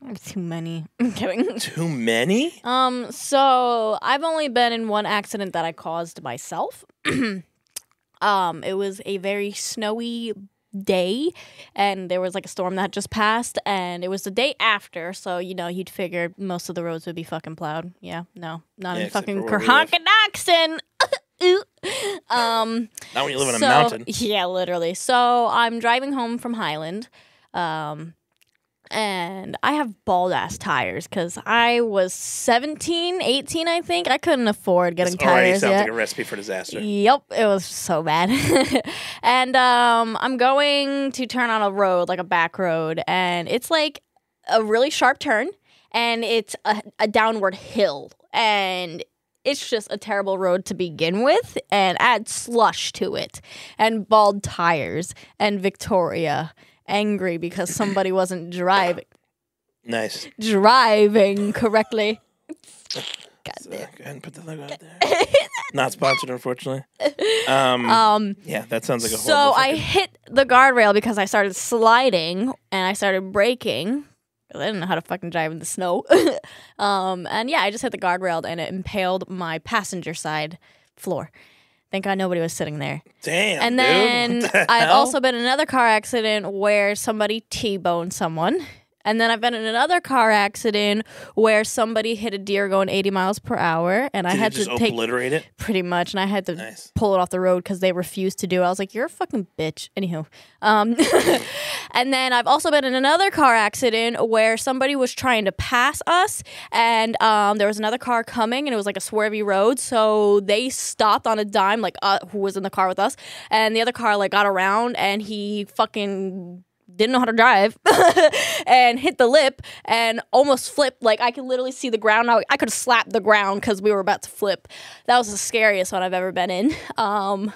Speaker 1: I have Too many. I'm kidding.
Speaker 2: Too many?
Speaker 1: Um, so I've only been in one accident that I caused myself. um, it was a very snowy day and there was like a storm that just passed and it was the day after, so you know, you'd figure most of the roads would be fucking plowed. Yeah, no. Not
Speaker 2: Yeah,
Speaker 1: in
Speaker 2: except
Speaker 1: fucking
Speaker 2: for where we live.
Speaker 1: Croconaxon. um
Speaker 2: Not when you live in a
Speaker 1: so-
Speaker 2: mountain.
Speaker 1: Yeah, literally. So I'm driving home from Highland, um, and I have bald ass tires because I was 17, 18, I think. I couldn't afford getting
Speaker 2: This already
Speaker 1: tires
Speaker 2: sounds
Speaker 1: yet.
Speaker 2: like a recipe for disaster.
Speaker 1: Yep, it was so bad. and um, I'm going to turn on a road, like a back road, and it's like a really sharp turn, and it's a, a downward hill, and it's just a terrible road to begin with, and add slush to it, and bald tires, and Victoria angry because somebody wasn't driving
Speaker 2: Nice.
Speaker 1: driving correctly.
Speaker 2: So, go ahead and put the logo out there. Not sponsored, unfortunately. Um,
Speaker 1: Um.
Speaker 2: yeah, that sounds like a
Speaker 1: so
Speaker 2: horrible
Speaker 1: I
Speaker 2: fucking-
Speaker 1: hit the guardrail because I started sliding and I started braking. 'cause I didn't know how to fucking drive in the snow. um, and yeah, I just hit the guardrail and it impaled my passenger side floor. Thank God nobody was sitting there.
Speaker 2: Damn.
Speaker 1: And
Speaker 2: dude.
Speaker 1: then
Speaker 2: What the
Speaker 1: I've
Speaker 2: hell?
Speaker 1: also been in another car accident where somebody T-boned someone. And then I've been in another car accident where somebody hit a deer going 80 miles per hour and I
Speaker 2: Did it
Speaker 1: had to
Speaker 2: just
Speaker 1: take
Speaker 2: obliterate it.
Speaker 1: pretty much, and I had to
Speaker 2: Nice.
Speaker 1: pull it off the road because they refused to do it. I was like, "You're a fucking bitch." Anywho, um, and then I've also been in another car accident where somebody was trying to pass us, and um, there was another car coming, and it was like a swervy road, so they stopped on a dime, like uh, who was in the car with us, and the other car like got around, and he fucking. Didn't know how to drive and hit the lip and almost flipped. Like, I could literally see the ground. I, I could have slapped the ground because we were about to flip that was the scariest one I've ever been in. Um,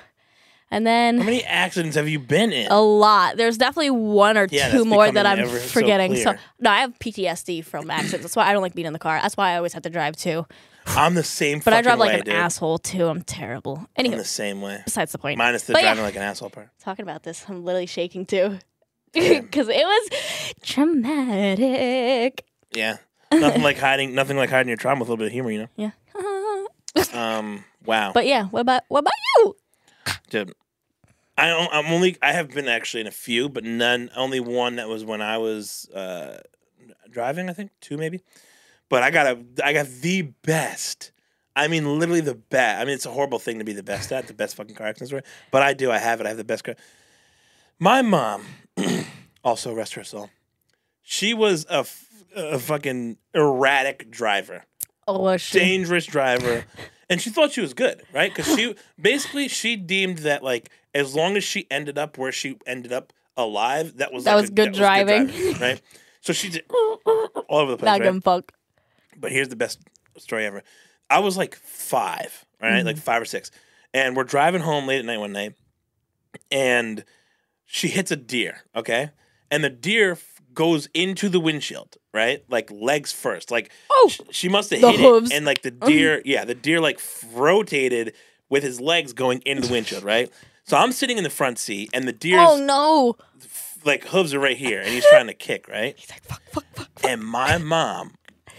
Speaker 1: and
Speaker 2: How
Speaker 1: then
Speaker 2: many accidents have you been in?
Speaker 1: a lot. There's definitely one or
Speaker 2: Yeah,
Speaker 1: two
Speaker 2: that's
Speaker 1: more that
Speaker 2: becoming
Speaker 1: I'm
Speaker 2: ever so
Speaker 1: forgetting. So,
Speaker 2: clear.
Speaker 1: no, I have PTSD from accidents. That's why I don't like being in the car. That's why I always have to drive too.
Speaker 2: I'm the same.
Speaker 1: But I
Speaker 2: fucking
Speaker 1: drive like
Speaker 2: way,
Speaker 1: an
Speaker 2: dude.
Speaker 1: asshole too. I'm terrible.
Speaker 2: I'm
Speaker 1: Anywho,
Speaker 2: the same way.
Speaker 1: besides the point.
Speaker 2: Minus the
Speaker 1: But yeah.
Speaker 2: driving like an asshole part.
Speaker 1: Talking about this, I'm literally shaking too because it was traumatic.
Speaker 2: Yeah. nothing like hiding. Nothing like hiding your trauma with a little bit of humor, you know.
Speaker 1: Yeah.
Speaker 2: Um. Wow.
Speaker 1: but yeah, what about what about you?
Speaker 2: Dude, I don't- I'm only I have been actually in a few, but none. Only one that was when I was uh, driving. I think two maybe. But I got a I got the best. I mean, literally the best. I mean, it's a horrible thing to be the best at, the best fucking car accident story. But I do. I have it. I have the best car. My mom, also rest her soul. She was a, f- a fucking erratic driver
Speaker 1: Oh, well, shit.
Speaker 2: dangerous driver. And she thought she was good, right? Because she basically she deemed that like as long as she ended up where she ended up alive, that was
Speaker 1: That
Speaker 2: like,
Speaker 1: was
Speaker 2: a-
Speaker 1: good driving.
Speaker 2: driving, right? So she did all over the place.
Speaker 1: not
Speaker 2: right?
Speaker 1: gonna fuck.
Speaker 2: But here's the best story ever. I was like five, all
Speaker 1: Mm-hmm.
Speaker 2: right? Like five or six. And we're driving home late at night one night, and she hits a deer, okay? And the deer f- goes into the windshield, right? Like legs first. Like
Speaker 1: Oh,
Speaker 2: sh- she must have
Speaker 1: The
Speaker 2: hit
Speaker 1: hooves. Oh.
Speaker 2: it. And like the deer, yeah, the deer like f- rotated with his legs going into the windshield, right? So I'm sitting in the front seat, and the deer's
Speaker 1: oh no.
Speaker 2: like hooves are right here, and he's trying to kick, right?
Speaker 1: He's like, fuck, fuck, fuck.
Speaker 2: and my mom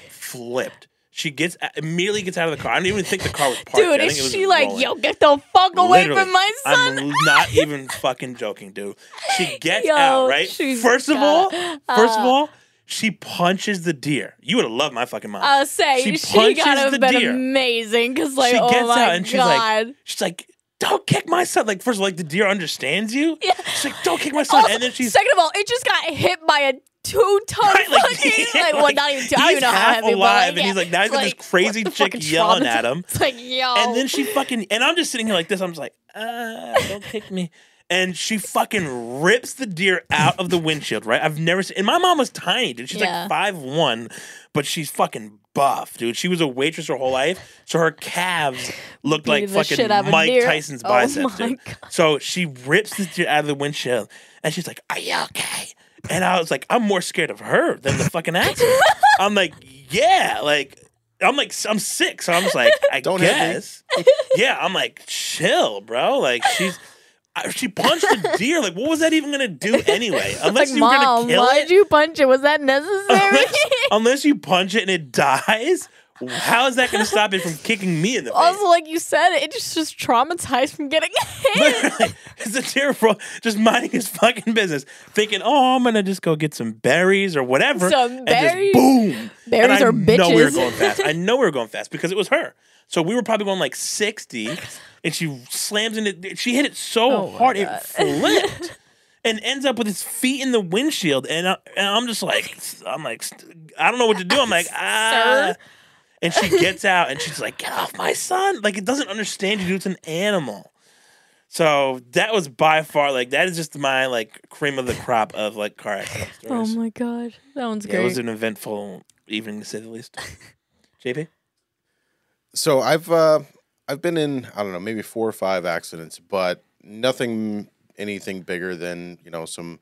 Speaker 2: flipped. She gets immediately gets out of the car. I don't even think the car was parked. I
Speaker 1: Dude,
Speaker 2: think
Speaker 1: is
Speaker 2: it was
Speaker 1: she like,
Speaker 2: rolling.
Speaker 1: yo, get the fuck away
Speaker 2: Literally,
Speaker 1: from my son?
Speaker 2: I'm not even fucking joking, dude. She gets
Speaker 1: Yo,
Speaker 2: out, right?
Speaker 1: she's
Speaker 2: First of
Speaker 1: got- uh,
Speaker 2: all, first of all, she punches the deer. You would have loved my fucking mom.
Speaker 1: I'll say
Speaker 2: She
Speaker 1: she,
Speaker 2: punches
Speaker 1: gotta have
Speaker 2: the
Speaker 1: been
Speaker 2: deer.
Speaker 1: amazing because like,
Speaker 2: she
Speaker 1: oh
Speaker 2: gets
Speaker 1: my
Speaker 2: out and she's
Speaker 1: god.
Speaker 2: like, she's like, don't kick my son. Like first of all, like the deer understands you.
Speaker 1: Yeah.
Speaker 2: She's like, don't kick my son.
Speaker 1: Also,
Speaker 2: and then she's
Speaker 1: Oh, second of all, it just got hit by a two ton
Speaker 2: Right, like,
Speaker 1: fucking
Speaker 2: yeah,
Speaker 1: like, well,
Speaker 2: like,
Speaker 1: not even two. I don't
Speaker 2: he's
Speaker 1: even know how
Speaker 2: half
Speaker 1: heavy, but
Speaker 2: alive,
Speaker 1: like,
Speaker 2: and
Speaker 1: yeah,
Speaker 2: he's like, now he's got this
Speaker 1: like,
Speaker 2: crazy
Speaker 1: what the
Speaker 2: chick
Speaker 1: fucking
Speaker 2: yelling
Speaker 1: trauma-
Speaker 2: at him.
Speaker 1: It's like, yo,
Speaker 2: And then she fucking and I'm just sitting here like this. I'm just like, ah, don't pick me. And she fucking rips the deer out of the windshield, right? I've never seen. And my mom was tiny, dude. She's
Speaker 1: Yeah.
Speaker 2: like five one, but she's fucking buff, dude. She was a waitress her whole life, so her calves looked like
Speaker 1: Beating the
Speaker 2: fucking
Speaker 1: shit out of a
Speaker 2: Mike
Speaker 1: deer.
Speaker 2: Tyson's
Speaker 1: Oh
Speaker 2: biceps,
Speaker 1: my
Speaker 2: dude.
Speaker 1: God.
Speaker 2: So she rips this dude out of the windshield, and she's like, "Are you okay?" And I was like, "I'm more scared of her than the fucking accident." I'm like, "Yeah, like." I'm like I'm sick, so I'm just like I
Speaker 3: Don't hit me.
Speaker 2: guess. yeah, I'm like chill, bro. Like she's I- she punched a deer. Like what was that even gonna do anyway? Unless
Speaker 1: like,
Speaker 2: you were
Speaker 1: mom,
Speaker 2: gonna kill
Speaker 1: why'd
Speaker 2: it
Speaker 1: you punch it? Was that necessary?
Speaker 2: unless, unless you punch it and it dies, how is that going to stop it from kicking me in the face?
Speaker 1: also, like you said, it just just traumatized from getting hit.
Speaker 2: Literally, it's a terrible, just minding his fucking business, thinking, "Oh, I'm gonna just go get some berries or whatever."
Speaker 1: Some
Speaker 2: and
Speaker 1: berries?
Speaker 2: just boom. and
Speaker 1: Berries
Speaker 2: I
Speaker 1: are
Speaker 2: know we were
Speaker 1: bitches.
Speaker 2: going fast. I know we were going fast because it was her. So we were probably going like 60, and she slams into. She hit it so
Speaker 1: Oh my
Speaker 2: hard
Speaker 1: God.
Speaker 2: it flipped. And ends up with his feet in the windshield, and, I, and I'm just like, I'm like, I don't know what to do. I'm like, ah,
Speaker 1: Sir?
Speaker 2: and she gets out, and she's like, get off my son! Like it doesn't understand you, dude. It's an animal. So that was by far like that is just my like cream of the crop of like car accident
Speaker 1: oh
Speaker 2: stories.
Speaker 1: my god, that one's
Speaker 2: Yeah, it
Speaker 1: great.
Speaker 2: was an eventful evening to say the least. JP,
Speaker 3: So I've uh, I've been in I don't know maybe four or five accidents, but nothing anything bigger than you know some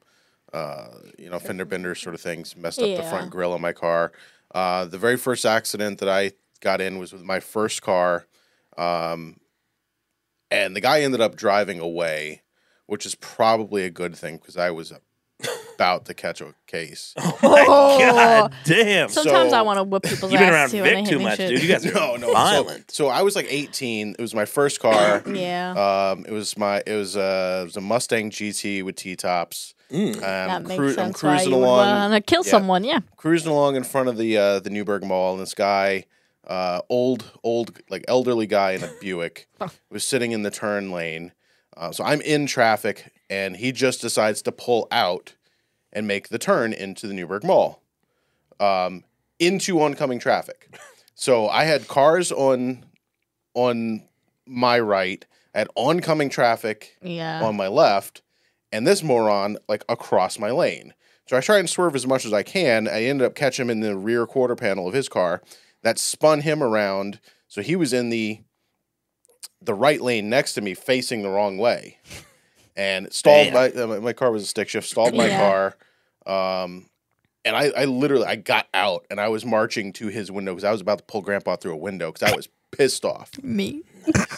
Speaker 3: uh, you know fender bender sort of things messed up the
Speaker 1: Yeah.
Speaker 3: front grill on my car. Uh, the very first accident that I got in was with my first car, um, and the guy ended up driving away, which is probably a good thing because I was about to catch a case.
Speaker 2: my
Speaker 1: Oh.
Speaker 2: god damn!
Speaker 1: Sometimes
Speaker 3: so-
Speaker 1: I want to whoop people's
Speaker 2: You've been around
Speaker 1: ass too. when they
Speaker 2: Vic
Speaker 1: hit
Speaker 2: too
Speaker 1: me
Speaker 2: much,
Speaker 1: shit.
Speaker 2: dude. You guys are
Speaker 3: No, no, so-
Speaker 2: violent.
Speaker 3: So, I was like 18. It was my first car.
Speaker 1: Yeah,
Speaker 3: Um, it was my it was a it was a Mustang GT with T tops.
Speaker 2: Mm.
Speaker 1: that makes
Speaker 3: cru-
Speaker 1: sense. why
Speaker 3: cruising
Speaker 1: you would
Speaker 3: along,
Speaker 1: want to kill
Speaker 3: Yeah.
Speaker 1: someone. Yeah,
Speaker 3: cruising along in front of the uh, the Newburgh Mall, and this guy, uh, old old like elderly guy in a Buick, was sitting in the turn lane. Uh, so I'm in traffic, and he just decides to pull out and make the turn into the Newburgh Mall, um, into oncoming traffic. So I had cars on on my right, I had oncoming traffic
Speaker 1: yeah.
Speaker 2: Um,
Speaker 3: on my left, and this moron like across my lane. So I try and swerve as much as I can. I ended up catching him in the rear quarter panel of his car. That spun him around. So he was in the the right lane next to me, facing the wrong way, and it stalled
Speaker 2: Damn.
Speaker 3: my uh, my my car was a stick shift. Stalled my
Speaker 1: Yeah.
Speaker 3: car. Um, and I, I literally I got out and I was marching to his window because I was about to pull Grandpa through a window because I was pissed off.
Speaker 1: me.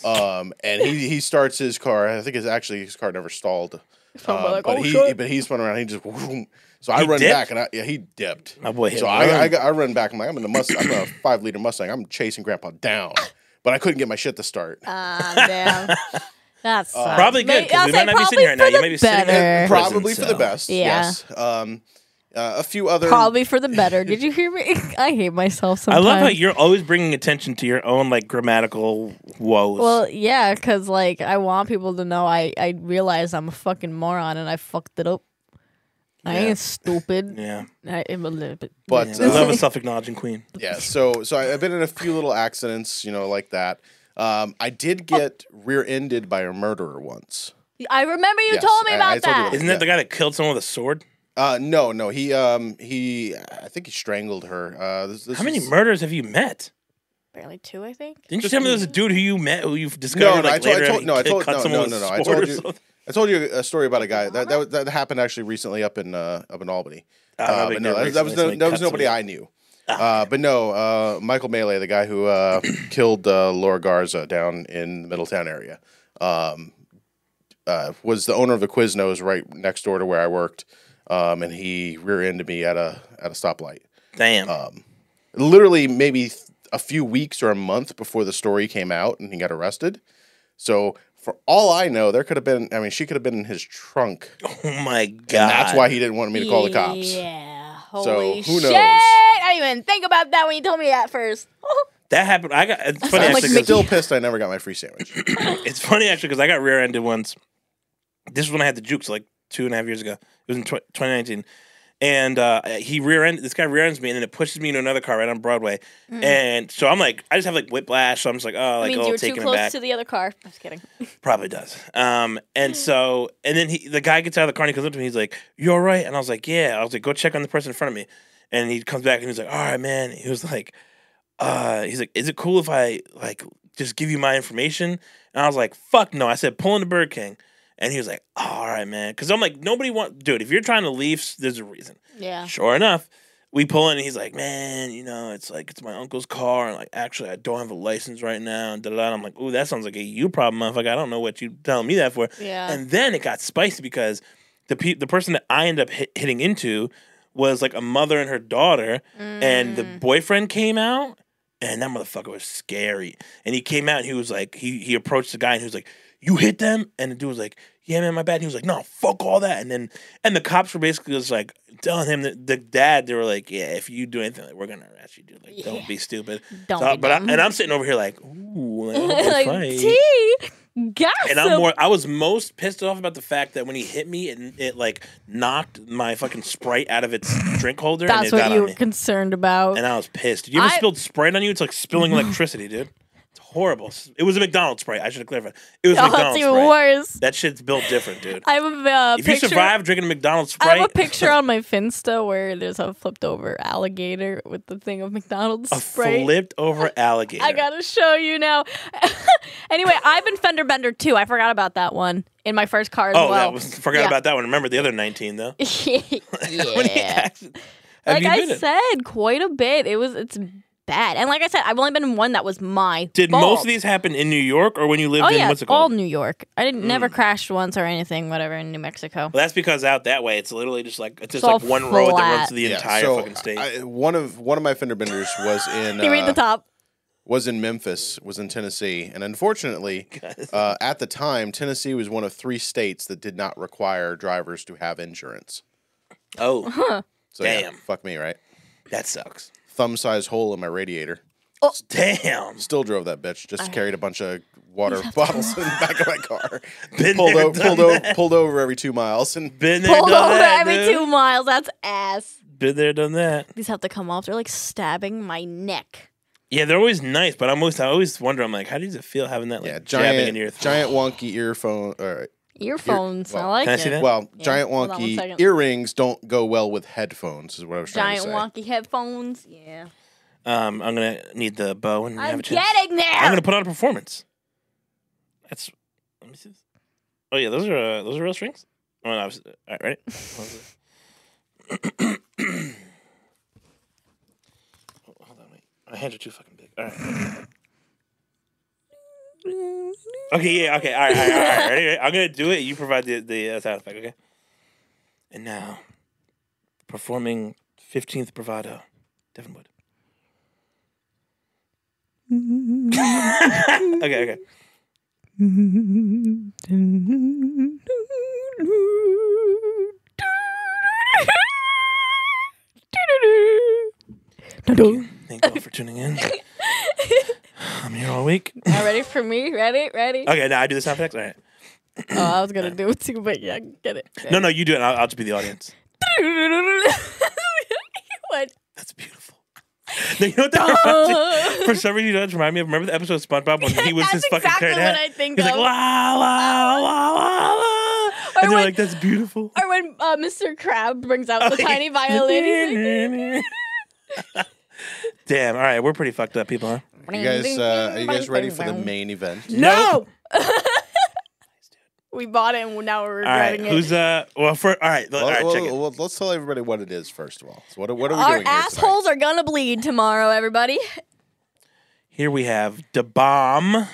Speaker 3: Um, and he he starts his car. I think it's actually his car never stalled.
Speaker 2: uh,
Speaker 1: So I'm
Speaker 3: Um,
Speaker 1: like,
Speaker 3: but
Speaker 1: oh
Speaker 3: he
Speaker 1: shit.
Speaker 3: but he spun around. He just whoom. so I
Speaker 2: He
Speaker 3: run
Speaker 2: dipped?
Speaker 3: back and I yeah he dipped.
Speaker 2: My boy hit
Speaker 3: So
Speaker 2: a run.
Speaker 3: I, I got- I run back. I'm like I'm in a Mustang. I'm in a five liter Mustang. I'm chasing Grandpa down, but I couldn't get my shit to start.
Speaker 1: Ah, damn.
Speaker 2: Uh,
Speaker 1: That's
Speaker 2: Probably good, 'cause we might not be sitting here right now. You may be sitting
Speaker 1: better.
Speaker 2: here-
Speaker 1: Pro-
Speaker 3: Probably
Speaker 2: Prison
Speaker 3: for the
Speaker 2: cell.
Speaker 3: best.
Speaker 1: Yeah.
Speaker 3: Yes. Um, uh, a few other.
Speaker 1: Probably for the better. Did you hear me? I hate myself
Speaker 2: I
Speaker 1: sometimes.
Speaker 2: love how you're always bringing attention to your own like grammatical woes.
Speaker 1: Well, yeah, because like I want people to know I I realize I'm a fucking moron and I fucked it up. I
Speaker 3: Yeah.
Speaker 1: ain't stupid.
Speaker 2: yeah,
Speaker 1: I am a little bit.
Speaker 3: But
Speaker 2: yeah. I love
Speaker 3: uh,
Speaker 2: a self-acknowledging queen.
Speaker 3: yeah. So so I, I've been in a few little accidents, you know, like that. Um, I did get rear-ended by a murderer once.
Speaker 1: I remember you
Speaker 3: Yes,
Speaker 1: told me
Speaker 3: I- I
Speaker 1: about
Speaker 3: told you
Speaker 1: that.
Speaker 3: about
Speaker 2: Isn't
Speaker 3: Yeah.
Speaker 2: that the guy that killed someone with a sword?
Speaker 3: Uh, no, no. He um he I think he strangled her. Uh, this, this
Speaker 2: How many
Speaker 3: is-
Speaker 2: murders have you met?
Speaker 1: Apparently two, I think.
Speaker 2: Didn't you
Speaker 3: Just-
Speaker 2: tell me there was a dude who you met who you've
Speaker 3: No, no,
Speaker 2: discovered
Speaker 3: I
Speaker 2: like
Speaker 3: told, I
Speaker 2: later
Speaker 3: told, no, I
Speaker 2: had
Speaker 3: told,
Speaker 2: cut
Speaker 3: no, no,
Speaker 2: someone
Speaker 3: no,
Speaker 2: with
Speaker 3: no.
Speaker 2: a
Speaker 3: I
Speaker 2: sword
Speaker 3: told
Speaker 2: or
Speaker 3: you,
Speaker 2: something?
Speaker 3: I told you a story about a guy that that, that happened actually recently up in uh, up in Albany.
Speaker 2: I don't know,
Speaker 3: Uh,
Speaker 2: but
Speaker 3: but no,
Speaker 2: never
Speaker 3: that, that was no,
Speaker 2: recently
Speaker 3: that was
Speaker 2: cut
Speaker 3: nobody
Speaker 2: somebody.
Speaker 3: I knew.
Speaker 2: Ah,
Speaker 3: Uh, but no, uh, Michael Melee, the guy who uh, killed uh, Laura Garza down in the Middletown area, um, uh, was the owner of the Quiznos right next door to where I worked, um, and he rear-ended me at a at a stoplight
Speaker 2: Damn.
Speaker 3: Um, literally maybe th- a few weeks or a month before the story came out and he got arrested. So for all I know, there could have been I mean, she could have been in his trunk.
Speaker 2: oh my god.
Speaker 3: And that's why he didn't want me to call the cops.
Speaker 1: Yeah.
Speaker 3: So,
Speaker 1: Holy
Speaker 3: who knows?
Speaker 1: shit! I didn't even think about that when you told me that first. Oh,
Speaker 2: that happened. I got. It's funny
Speaker 1: sound
Speaker 3: I'm
Speaker 1: like
Speaker 2: actually. 'cause-
Speaker 1: Mickey.
Speaker 3: still pissed I never got my free sandwich.
Speaker 2: it's funny actually because I got rear-ended once. This was when I had the jukes like two and a half years ago. It was in tw- 2019, and uh, he rear-ended. This guy rear-ends me, and then it pushes me into another car right on Broadway. And so I'm like, I just have like whiplash. So I'm just like, oh,
Speaker 1: Mm. I
Speaker 2: like
Speaker 1: mean,
Speaker 2: oh,
Speaker 1: you were too
Speaker 2: taken
Speaker 1: close
Speaker 2: aback.
Speaker 1: to the other car. I'm just kidding.
Speaker 2: Probably does. Um, and so, and then he, the guy gets out of the car and he comes up to me. He's like, "You all right?" And I was like, "Yeah." I was like, "Go check on the person in front of me." and he comes back and he's like, "All right, man." He was like, "Uh, he's like, is it cool if I like just give you my information?" And I was like, "Fuck no!" I said, "Pull into Burger King," and he was like, "All right, man," because I'm like, nobody want, dude. If you're trying to leave, s- there's a reason.
Speaker 1: Yeah.
Speaker 2: Sure enough, we pull in and he's like, Man, you know, it's like it's my uncle's car and like actually I don't have a license right now and da da da. And I'm like, Ooh, that sounds like a you problem, motherfucker. I don't know what you telling me that for.
Speaker 1: Yeah.
Speaker 2: And then it got spicy because the pe- the person that I ended up hit- hitting into was like a mother and her daughter, and the
Speaker 1: Mm.
Speaker 2: boyfriend came out, and that motherfucker was scary. And he came out and he was like, he he approached the guy and he was like, "You hit them?" And the dude was like, "Yeah, man, my bad." And he was like, "No, fuck all that." And then and the cops were basically just like telling him that the dad they were like, "Yeah, if you do anything, like, we're gonna arrest you, dude. Like,
Speaker 1: Yeah.
Speaker 2: don't be stupid."
Speaker 1: Don't.
Speaker 2: So,
Speaker 1: be
Speaker 2: but I,
Speaker 1: dumb.
Speaker 2: and I'm sitting over here like, ooh, like, I hope they
Speaker 1: like
Speaker 2: fight."
Speaker 1: tea, gossip.
Speaker 2: And I'm more. I was most pissed off about the fact that when he hit me, it, it like knocked my fucking Sprite out of its drink holder, and
Speaker 1: That's
Speaker 2: it got
Speaker 1: what you
Speaker 2: on
Speaker 1: were
Speaker 2: me.
Speaker 1: concerned about.
Speaker 2: And I was pissed. You ever
Speaker 1: I-
Speaker 2: spilled Sprite on you? It's like spilling electricity, dude. It's horrible. It was a McDonald's Sprite. I should have clarified. It was a
Speaker 1: oh, it's
Speaker 2: McDonald's
Speaker 1: even
Speaker 2: Sprite.
Speaker 1: worse.
Speaker 2: That shit's built different, dude.
Speaker 1: I have a uh,
Speaker 2: if you
Speaker 1: picture.
Speaker 2: survive drinking a McDonald's
Speaker 1: I
Speaker 2: Sprite,
Speaker 1: have a picture on my Finsta where there's a flipped over alligator with the thing of McDonald's
Speaker 2: a
Speaker 1: Sprite.
Speaker 2: flipped over alligator.
Speaker 1: I gotta show you now. anyway, I've been fender bender too. I forgot about that one in my first car as
Speaker 2: Oh,
Speaker 1: well.
Speaker 2: that was, forgot
Speaker 1: Yeah.
Speaker 2: about that one. Remember the other 19 though. How many
Speaker 1: yeah.
Speaker 2: accidents have
Speaker 1: like
Speaker 2: you
Speaker 1: I
Speaker 2: been in?
Speaker 1: said, quite a bit. It was it's bad. And like I said, I've only been in one that was my
Speaker 2: Did
Speaker 1: fault.
Speaker 2: most of these happen in New York or when you lived
Speaker 1: Oh
Speaker 2: in
Speaker 1: yeah,
Speaker 2: what's it
Speaker 1: all
Speaker 2: called? Mm.
Speaker 1: New York. I didn't never crashed once or anything, whatever in New Mexico.
Speaker 2: Well, that's because out that way, it's literally just like it's just
Speaker 1: all
Speaker 2: like one road that
Speaker 1: flat.
Speaker 2: runs through the entire fucking state.
Speaker 3: I- one of one of my fender benders was in
Speaker 1: They read the
Speaker 3: uh,
Speaker 1: top.
Speaker 3: was in Memphis, was in Tennessee, and unfortunately, uh, at the time, Tennessee was one of three states that did not require drivers to have insurance.
Speaker 2: oh,
Speaker 3: So yeah,
Speaker 2: Damn.
Speaker 3: fuck me, right?
Speaker 2: that sucks.
Speaker 3: Thumb size hole in my radiator.
Speaker 2: Damn,
Speaker 3: Still drove that bitch. Just carried a bunch of water bottles in the back of my car.
Speaker 2: Been
Speaker 3: pulled
Speaker 2: there,
Speaker 3: over,
Speaker 2: done
Speaker 3: pulled over,
Speaker 2: that.
Speaker 3: pulled over every two miles, and
Speaker 2: been there,
Speaker 1: Pulled
Speaker 2: done
Speaker 1: over
Speaker 2: that.
Speaker 1: every
Speaker 2: dude.
Speaker 1: two miles. That's ass.
Speaker 2: Been there, done that.
Speaker 1: These have to come off. They're like stabbing my neck.
Speaker 2: Yeah, they're always nice, but I'm always I always wonder. I'm like, how does it feel having that like
Speaker 3: yeah,
Speaker 2: jabbing in
Speaker 3: giant,
Speaker 2: your
Speaker 3: giant wonky earphone. Or,
Speaker 1: Earphones.
Speaker 3: well,
Speaker 1: I like
Speaker 2: can I
Speaker 1: it.
Speaker 2: see that?
Speaker 3: well,
Speaker 1: Yeah,
Speaker 3: giant
Speaker 1: hold on one
Speaker 3: wonky
Speaker 1: second.
Speaker 3: earrings don't go well with headphones. Is what I was trying
Speaker 1: Giant
Speaker 3: to say.
Speaker 1: wonky headphones. Yeah.
Speaker 2: Um, I'm gonna need the bow and have
Speaker 1: I'm
Speaker 2: a chance.
Speaker 1: getting there.
Speaker 2: I'm gonna put on a performance. That's. Let me see. This. Oh yeah, those are uh, those are real strings. Oh, no, I was, all right, ready? What was it? Hold- Hold on, wait. My hands are too fucking big. All right. Okay, yeah, okay, all right, all right, all right. all right, ready? I'm gonna do it. You provide the the uh, sound effect, okay? And now, performing fifteenth bravado, Devin Wood. Okay, okay. Thank you all for tuning in. I'm here all week.
Speaker 1: Now ready for me? Ready? Ready?
Speaker 2: Okay, now I do the sound effects. All right.
Speaker 1: Oh, I was gonna do it too, but yeah, get it.
Speaker 2: No, no, you do it. and I'll, I'll just be the audience.
Speaker 1: what?
Speaker 2: That's beautiful. No, you know what that reminds me? For some reason, you know, that reminds me of remember the episode of SpongeBob when he was
Speaker 1: Oh. That's
Speaker 2: his fucking
Speaker 1: exactly
Speaker 2: clarinet?
Speaker 1: what I think
Speaker 2: He's like
Speaker 1: of.
Speaker 2: la la la la la,
Speaker 1: Or
Speaker 2: and they're
Speaker 1: when-
Speaker 2: like, "That's beautiful."
Speaker 1: Or when uh, Mr. Crab brings out the tiny violin. he's like,
Speaker 2: violin. Damn. All right, we're pretty fucked up, people, huh?
Speaker 3: You guys, uh, are you guys ready for the main event?
Speaker 1: No. we bought it, and now we're
Speaker 2: All right.
Speaker 1: regretting it.
Speaker 2: Who's uh? Well, for all right, all
Speaker 3: Well,
Speaker 2: right,
Speaker 3: well,
Speaker 2: check it.
Speaker 3: well, let's tell everybody what it is first of all. So what, are- what are we
Speaker 1: Our
Speaker 3: doing here
Speaker 1: assholes are gonna bleed tomorrow, everybody.
Speaker 2: Here we have the bomb.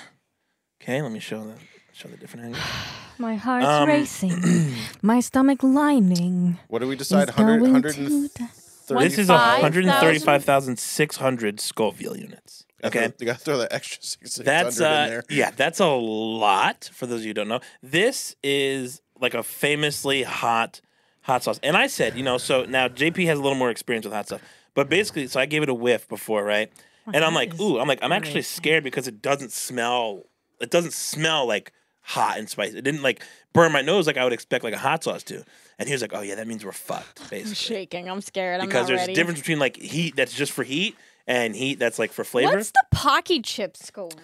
Speaker 2: Okay, let me show the show the different angle.
Speaker 4: My heart's
Speaker 2: Um,
Speaker 4: racing. My stomach lining.
Speaker 3: Tonight? What do we decide?
Speaker 4: is going
Speaker 3: 100, 130.
Speaker 4: to die.
Speaker 2: This is
Speaker 1: 35,000?
Speaker 2: 135,600 Scoville units. Okay.
Speaker 3: You got to throw that extra six six hundred
Speaker 2: That's
Speaker 3: in
Speaker 2: uh
Speaker 3: there.
Speaker 2: yeah, that's a lot for those of you who don't know. This is like a famously hot hot sauce. And I said, you know, so now JP has a little more experience with hot stuff. But basically, so I gave it a whiff before, right? and I'm like, ooh, I'm like, I'm actually scared because it doesn't smell it doesn't smell like hot and spicy. It didn't like burn my nose like I would expect like a hot sauce to. And he was like, Oh yeah, that means we're fucked,
Speaker 1: I'm
Speaker 2: basically
Speaker 1: shaking. I'm scared. I'm
Speaker 2: because
Speaker 1: not
Speaker 2: there's
Speaker 1: ready.
Speaker 2: a difference between like heat that's just for heat and heat that's like for flavor.
Speaker 1: What's the Pocky Chip Scoville?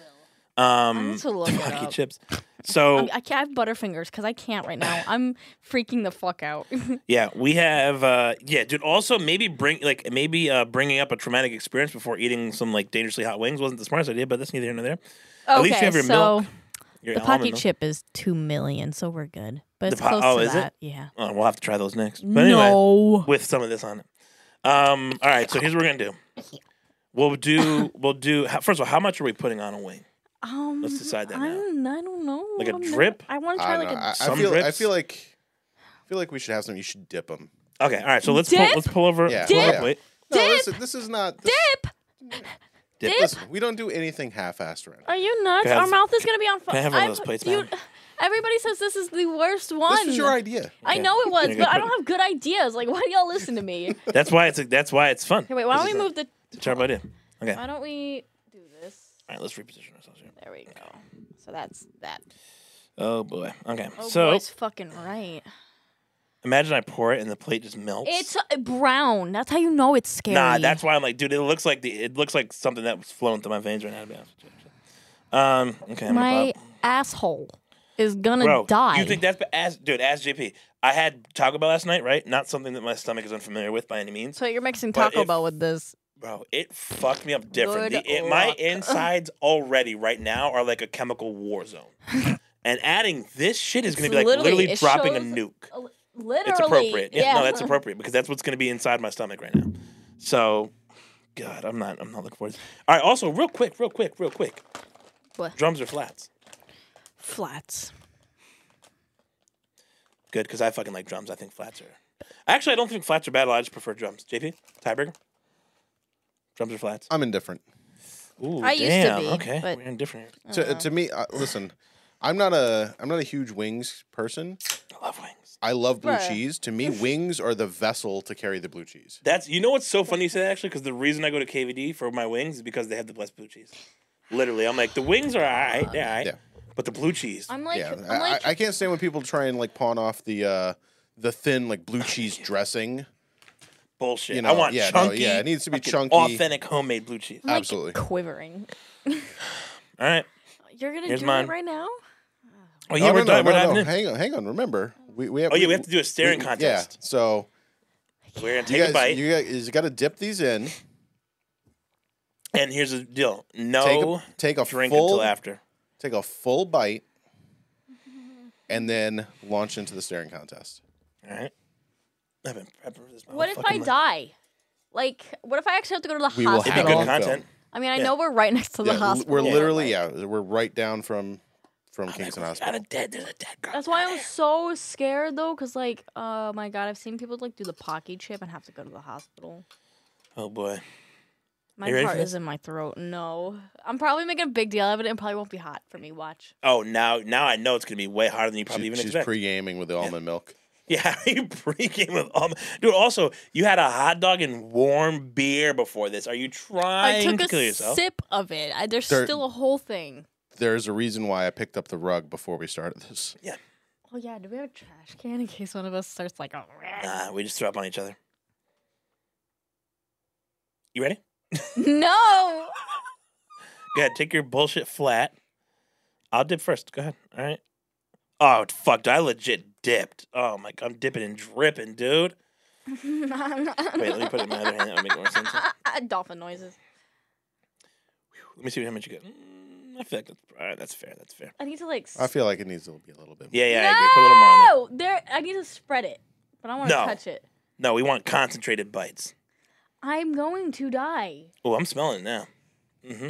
Speaker 2: um,
Speaker 1: need to look it
Speaker 2: Pocky
Speaker 1: up.
Speaker 2: chips. So
Speaker 1: I'm, I can't I have butterfingers because I can't right now. I'm freaking the fuck out.
Speaker 2: yeah, we have uh yeah, dude. Also, maybe bring like maybe uh bringing up a traumatic experience before eating some like dangerously hot wings wasn't the smartest idea, but that's neither here nor there. At least you have your
Speaker 1: so
Speaker 2: milk. Your
Speaker 1: the
Speaker 2: almond
Speaker 1: pocket
Speaker 2: milk.
Speaker 1: chip is two million, so we're good. But
Speaker 2: The
Speaker 1: it's
Speaker 2: po-
Speaker 1: close
Speaker 2: oh,
Speaker 1: to
Speaker 2: is it?
Speaker 1: that. Yeah.
Speaker 2: Oh, we'll have to try those next. But anyway,
Speaker 1: no.
Speaker 2: with some of this on it. Um. All right. So here's what we're gonna do. We'll do. We'll do. how- First of all, how much are we putting on a wing?
Speaker 1: Um,
Speaker 2: Let's decide that
Speaker 1: I,
Speaker 2: now.
Speaker 1: don't- I don't know.
Speaker 2: Like a
Speaker 1: I'm not-
Speaker 2: drip?
Speaker 1: I want to
Speaker 3: I,
Speaker 1: try
Speaker 3: don't
Speaker 1: like
Speaker 3: know.
Speaker 1: a.
Speaker 3: I, I
Speaker 2: Some
Speaker 3: feel. I
Speaker 2: rips?
Speaker 3: feel like. I feel like we should have some. You should dip them.
Speaker 2: Okay. All right. So let's pull,
Speaker 1: Dip?
Speaker 2: let's pull over.
Speaker 3: Yeah.
Speaker 2: pull over,
Speaker 3: Dip?
Speaker 2: wait.
Speaker 3: No,
Speaker 1: Dip!
Speaker 3: listen, this is not. This,
Speaker 1: dip.
Speaker 2: Dip.
Speaker 3: Listen, we don't do anything half-assed around.
Speaker 1: Are you nuts?
Speaker 2: Can I have-
Speaker 1: Our mouth is gonna be on fire.
Speaker 2: Can I have one of those plates, man?
Speaker 1: Everybody says this is the worst one.
Speaker 3: This is your idea.
Speaker 1: I
Speaker 2: Okay.
Speaker 1: know it
Speaker 2: You're
Speaker 1: was,
Speaker 2: gonna
Speaker 1: but I
Speaker 2: put-
Speaker 1: don't have good ideas. Like, why do y'all listen to me? Here,
Speaker 2: That's why it's that's why it's fun.
Speaker 1: wait, why don't
Speaker 2: This
Speaker 1: we
Speaker 2: is
Speaker 1: move the?
Speaker 2: a- Try by dip. Okay. All
Speaker 1: Why don't we do this?
Speaker 2: right. Let's reposition ourselves here.
Speaker 1: There we go. So that's that.
Speaker 2: Oh boy. Okay.
Speaker 1: Oh,
Speaker 2: so
Speaker 1: boy's fucking right.
Speaker 2: imagine I pour it and the plate just melts.
Speaker 1: It's uh, brown. That's how you know it's scary.
Speaker 2: Nah, that's why I'm like, dude, it looks like the it looks like something that was flowing through my veins right now. To be honest with you. Um. Okay. I'm gonna
Speaker 1: my
Speaker 2: pop.
Speaker 1: asshole is gonna
Speaker 2: Bro,
Speaker 1: die.
Speaker 2: you think that's ba- as dude? Ask JP. I had Taco Bell last night, right? Not something that my stomach is unfamiliar with by any means.
Speaker 1: so you're mixing
Speaker 2: But
Speaker 1: Taco
Speaker 2: if-
Speaker 1: Bell with this.
Speaker 2: Bro, it fucked me up different.
Speaker 1: Good
Speaker 2: The- it- my
Speaker 1: luck.
Speaker 2: insides already right now are like a chemical war zone. and adding this shit is going to be like
Speaker 1: literally-
Speaker 2: literally,
Speaker 1: it
Speaker 2: dropping
Speaker 1: shows-
Speaker 2: a nuke.
Speaker 1: Literally.
Speaker 2: It's appropriate. Yeah, no, that's appropriate because that's what's going to be inside my stomach right now. So, God, I'm not. I'm not looking forward. to All right. Also, real quick, real quick, real quick.
Speaker 1: What?
Speaker 2: Drums or flats?
Speaker 1: Flats.
Speaker 2: Good because I fucking like drums. I think flats are. Actually, I don't think flats are bad. at all. I just prefer drums. JP, tiebreaker. Drums or flats?
Speaker 3: I'm indifferent.
Speaker 2: Ooh,
Speaker 1: I used to
Speaker 2: damn.
Speaker 1: be,
Speaker 2: okay,
Speaker 1: but-
Speaker 2: we're indifferent. here.
Speaker 3: To, to me, uh, listen, I'm not a I'm not a huge wings person.
Speaker 2: I love wings.
Speaker 3: I love blue
Speaker 1: Bruh.
Speaker 3: cheese. To me, wings are the vessel to carry the blue cheese.
Speaker 2: That's you know what's so funny you say that actually because the reason I go to KVD for my wings is because they have the blessed blue cheese. Literally, I'm like the wings are all
Speaker 1: Uh,
Speaker 2: right, they're all right,
Speaker 3: Yeah.
Speaker 2: but the blue cheese.
Speaker 1: I'm like,
Speaker 3: yeah,
Speaker 1: I'm like,
Speaker 3: I, I can't stand when people try and like pawn off the uh, the thin like blue cheese dressing.
Speaker 2: bullshit.
Speaker 3: You
Speaker 2: I
Speaker 3: know,
Speaker 2: want
Speaker 3: yeah, no,
Speaker 2: chunky.
Speaker 3: yeah, it needs to be
Speaker 2: fucking
Speaker 3: chunky. Uh,
Speaker 2: authentic homemade blue cheese.
Speaker 1: I'm like
Speaker 3: Absolutely.
Speaker 1: quivering.
Speaker 2: All right.
Speaker 1: You're gonna
Speaker 2: Here's
Speaker 1: do
Speaker 2: mine.
Speaker 1: it right now?
Speaker 2: Oh yeah, we're
Speaker 3: no, no, no,
Speaker 2: done.
Speaker 3: no,
Speaker 2: we're
Speaker 3: no,
Speaker 2: diving in.
Speaker 3: Hang on, hang on. Remember, we, we have.
Speaker 2: Oh yeah, we have to do a staring contest.
Speaker 3: Yeah, so
Speaker 2: We're gonna
Speaker 3: you
Speaker 2: take
Speaker 3: guys,
Speaker 2: a bite,
Speaker 3: you guys, you got to dip these in.
Speaker 2: and here's the deal:
Speaker 3: Take
Speaker 2: no
Speaker 3: a, take a
Speaker 2: Oh, drink
Speaker 3: full
Speaker 2: until after.
Speaker 3: take a full bite, and then launch into the staring contest.
Speaker 2: All right. I've been prepping for this. my
Speaker 1: What
Speaker 2: whole
Speaker 1: if I
Speaker 2: fucking life.
Speaker 1: die? Like, what if I actually have to go to the
Speaker 3: We will
Speaker 1: hospital?
Speaker 3: have
Speaker 2: It'd be good
Speaker 3: Film.
Speaker 2: content.
Speaker 1: I mean, I
Speaker 2: Yeah.
Speaker 1: know we're right next to the
Speaker 3: yeah, l-
Speaker 1: hospital.
Speaker 3: we're
Speaker 1: but,
Speaker 3: literally
Speaker 1: like,
Speaker 3: yeah, we're right down from
Speaker 2: Oh,
Speaker 3: from Kingston
Speaker 2: Got
Speaker 3: Hospital.
Speaker 2: a dead. There's a dead girl.
Speaker 1: That's why I'm so scared though, cause like, oh my god, I've seen people like do the pocky chip and have to go to the hospital.
Speaker 2: Oh boy.
Speaker 1: My
Speaker 2: You ready
Speaker 1: heart
Speaker 2: for this?
Speaker 1: is in my throat. No, I'm probably making a big deal of it, and probably won't be hot for me. Watch.
Speaker 2: Oh, now now I know it's gonna be way harder than you
Speaker 3: She-
Speaker 2: probably even
Speaker 3: she's
Speaker 2: expect.
Speaker 3: pre gaming with the almond milk.
Speaker 2: yeah, you pregame with um, dude. Also, you had a hot dog and warm beer before this. Are you
Speaker 1: I
Speaker 2: trying
Speaker 1: took
Speaker 2: to kill
Speaker 1: a
Speaker 2: yourself?
Speaker 1: sip of it. I, there's
Speaker 3: There-
Speaker 1: still a whole thing.
Speaker 3: There's a reason why I picked up the rug before we started this.
Speaker 1: Oh yeah, do we have a trash can in case one of us starts like? Oh,
Speaker 2: Nah, Uh, we just threw up on each other. You ready?
Speaker 1: no.
Speaker 2: Go ahead, take your bullshit flat. I'll dip first. Go ahead. All right. Oh fuck! I legit dipped. Oh my! I'm dipping and dripping, dude. Wait, let me put it in my other hand. That would make more sense.
Speaker 1: Dolphin noises.
Speaker 2: Let me see how much you got. Mm, I feel like that's all right, that's fair. That's fair.
Speaker 1: I need to like.
Speaker 3: I feel like it needs to be a little bit.
Speaker 2: Yeah, yeah.
Speaker 1: no!
Speaker 2: I agree. Put a little more on there.
Speaker 1: there. I need to spread it, but I want to
Speaker 2: No.
Speaker 1: touch it.
Speaker 2: No, we want concentrated bites.
Speaker 1: I'm going to die.
Speaker 2: Oh, I'm smelling it now. Mm-hmm.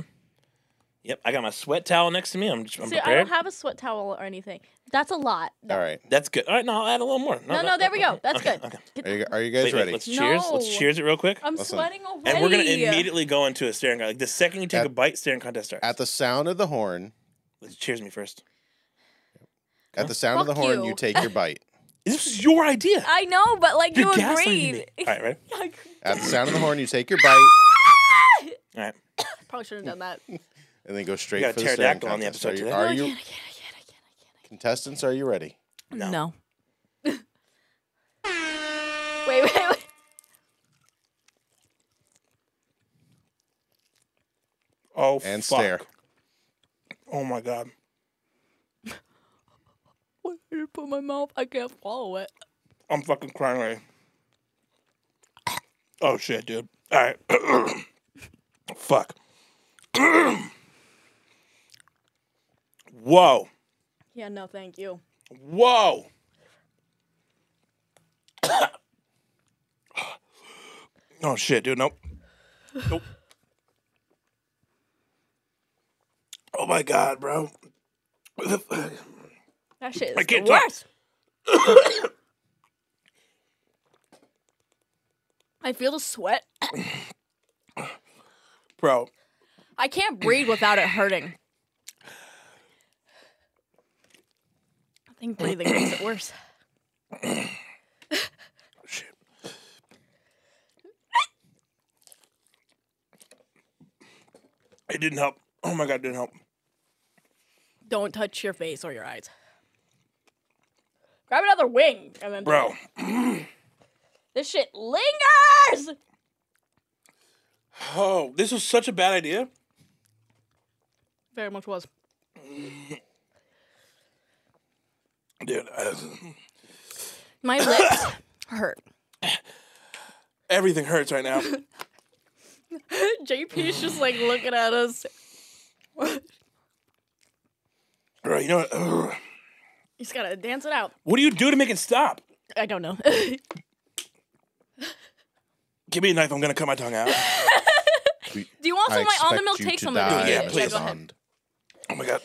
Speaker 2: Yep, I got my sweat towel next to me. I'm just I'm
Speaker 1: See, I
Speaker 2: prepared.
Speaker 1: don't have a sweat towel or anything. That's a lot.
Speaker 3: All right,
Speaker 2: That's good. All right, now I'll add a little more.
Speaker 1: No, no, there we go. That's
Speaker 2: okay,
Speaker 1: good.
Speaker 2: Okay.
Speaker 1: Get-
Speaker 3: are you, are you
Speaker 2: Wait,
Speaker 3: guys
Speaker 2: wait,
Speaker 3: ready?
Speaker 2: let's cheers. Let's
Speaker 1: No.
Speaker 2: cheers it real quick.
Speaker 1: I'm
Speaker 3: Listen.
Speaker 1: sweating already.
Speaker 2: and we're gonna immediately go into a staring contest. Like the second you take
Speaker 3: At-
Speaker 2: a bite, staring contest starts.
Speaker 3: At the sound of the horn,
Speaker 2: Let's cheers me first.
Speaker 3: at the sound of the
Speaker 1: Fuck
Speaker 3: horn, you.
Speaker 1: you.
Speaker 3: take your bite.
Speaker 2: This is your idea.
Speaker 1: I know, but like
Speaker 2: You're
Speaker 1: Uh, you
Speaker 2: gaslighting
Speaker 1: agreed.
Speaker 2: me. All right, right.
Speaker 3: At the sound of the horn, you take your bite,
Speaker 2: All right.
Speaker 1: Probably shouldn't have done that. I
Speaker 3: and then go
Speaker 2: got
Speaker 3: straight
Speaker 2: a
Speaker 3: for the staring
Speaker 2: pterodactyl on the
Speaker 3: contest.
Speaker 2: episode today.
Speaker 3: are
Speaker 1: can't,
Speaker 3: you,
Speaker 1: I
Speaker 3: are
Speaker 1: can't,
Speaker 3: you
Speaker 1: I can't, I can't, I
Speaker 3: contestants? Are you ready?
Speaker 2: No.
Speaker 1: can't. No. wait, wait, wait.
Speaker 2: Oh,
Speaker 3: And
Speaker 2: fuck.
Speaker 3: stare.
Speaker 2: Oh my god.
Speaker 1: put in my mouth. I can't swallow it.
Speaker 2: I'm fucking crying already. Oh shit, dude. All right. Fuck. Whoa.
Speaker 1: Yeah, no, thank you.
Speaker 2: Whoa. oh shit, dude. Nope. Nope. Oh my god, bro.
Speaker 1: That shit is
Speaker 2: I
Speaker 1: the
Speaker 2: can't talk.
Speaker 1: worst. I feel the sweat.
Speaker 2: Bro.
Speaker 1: I can't breathe without it hurting. I think breathing makes it worse.
Speaker 2: Shit. It didn't help. Oh my god, it didn't help.
Speaker 1: Don't touch your face or your eyes. Grab another wing and then
Speaker 2: Bro.
Speaker 1: This shit lingers.
Speaker 2: Oh, this was such a bad idea.
Speaker 1: Very much was.
Speaker 2: Dude, I-
Speaker 1: My lips hurt.
Speaker 2: everything hurts right now.
Speaker 1: JP's just like looking at us.
Speaker 2: Bro, you know what? Ugh.
Speaker 1: He's gotta dance it out.
Speaker 2: What do you do to make it stop?
Speaker 1: I don't know.
Speaker 2: Give me a knife. I'm gonna cut my tongue out.
Speaker 1: Do you want
Speaker 3: I
Speaker 1: some of my almond milk
Speaker 3: expect you
Speaker 1: take
Speaker 3: to
Speaker 1: some of it?
Speaker 3: die,
Speaker 2: Yeah, please.
Speaker 1: go ahead.
Speaker 3: Almond.
Speaker 2: Oh my god.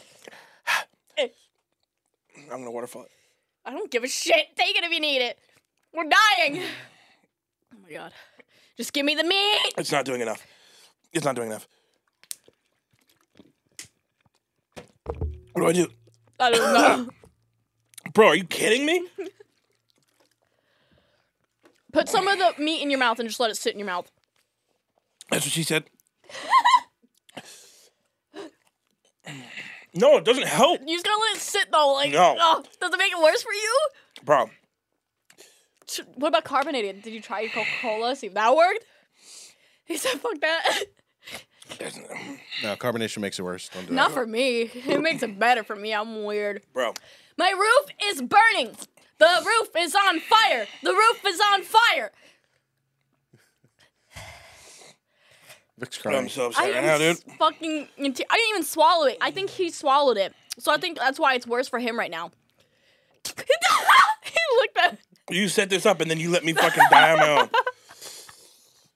Speaker 2: I'm gonna waterfall it.
Speaker 1: I don't give a shit. Take it if you need it. We're dying. Oh my god. Just give me the meat.
Speaker 2: It's not doing enough. It's not doing enough. What do I do?
Speaker 1: I don't know.
Speaker 2: Bro, are you kidding me?
Speaker 1: Put some of the meat in your mouth and just let it sit in your mouth.
Speaker 2: That's what she said. no, it doesn't help,
Speaker 1: You just gotta let it sit though. Like,
Speaker 2: No.
Speaker 1: oh, does it make it worse for you?
Speaker 2: bro.
Speaker 1: Ch- What about carbonated? Did you try Coca Cola? See if that worked? He said, fuck that.
Speaker 3: No, carbonation makes it worse. Don't do
Speaker 1: Not
Speaker 3: that.
Speaker 1: for me. It makes it better for me. I'm weird.
Speaker 2: Bro,
Speaker 1: My roof is burning. The roof is on fire. The roof is on fire.
Speaker 3: Vic's
Speaker 2: I'm
Speaker 3: crying.
Speaker 2: so
Speaker 1: I
Speaker 2: upset right
Speaker 1: am
Speaker 2: now, dude.
Speaker 1: s- fucking. in te- I didn't even swallow it. I think he swallowed it. So I think that's why it's worse for him right now. he looked at.
Speaker 2: You set this up and then you let me fucking die on my own.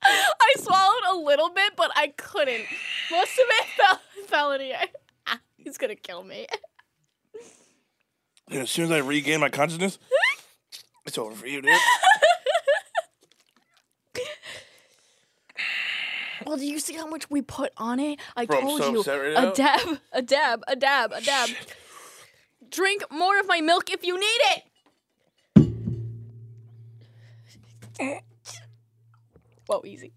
Speaker 1: I swallowed a little bit, but I couldn't. Most of it fell fell in here. Ah, He's gonna kill me.
Speaker 2: Dude, as soon as I regain my consciousness, it's over for you, dude.
Speaker 1: Well, do you see how much we put on it? I
Speaker 2: Bro, I'm
Speaker 1: told
Speaker 2: so
Speaker 1: you.
Speaker 2: upset right now.
Speaker 1: a dab, a dab, a dab, a dab. Drink more of my milk if you need it. Whoa, easy.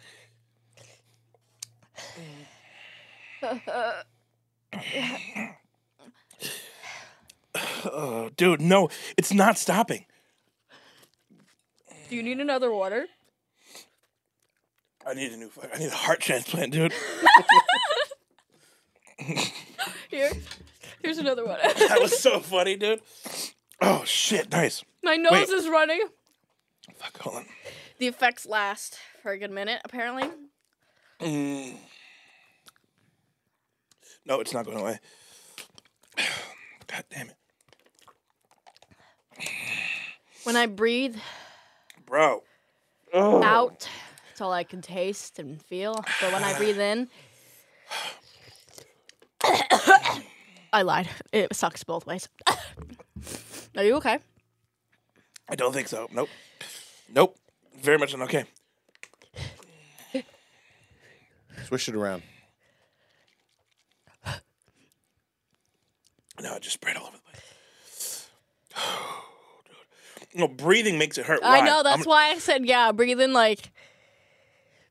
Speaker 2: Oh, dude, no, it's not stopping.
Speaker 1: Do you need another water?
Speaker 2: I need a new. I need a heart transplant, dude.
Speaker 1: Here, here's another one.
Speaker 2: That was so funny, dude. Oh shit, nice.
Speaker 1: my nose
Speaker 2: Wait.
Speaker 1: is running.
Speaker 2: Fuck, hold on.
Speaker 1: The effects last for a good minute, apparently.
Speaker 2: Mm. No, it's not going away. God damn it,
Speaker 1: When I breathe
Speaker 2: bro.
Speaker 1: out, it's all I can taste and feel. But when I breathe in, I lied. It sucks both ways. Are you okay?
Speaker 2: I don't think so. Nope. Nope. Very much not okay.
Speaker 3: Swish it around.
Speaker 2: No, it just spread all over the place. Oh, Dude. No, breathing makes it hurt.
Speaker 1: I
Speaker 2: Why?
Speaker 1: know.
Speaker 2: I'm-
Speaker 1: That's why I said, yeah, breathe in like.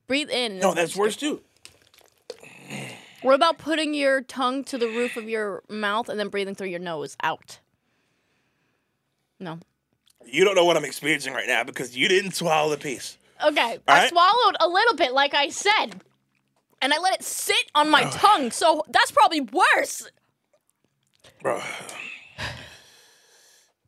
Speaker 1: Breathe in.
Speaker 2: No, that's worse too.
Speaker 1: What about putting your tongue to the roof of your mouth and then breathing through your nose out? No.
Speaker 2: You don't know what I'm experiencing right now because you didn't swallow the piece.
Speaker 1: Okay. I
Speaker 2: Alright.
Speaker 1: swallowed a little bit, like I said, and I let it sit on my tongue, so that's probably worse.
Speaker 2: Bro.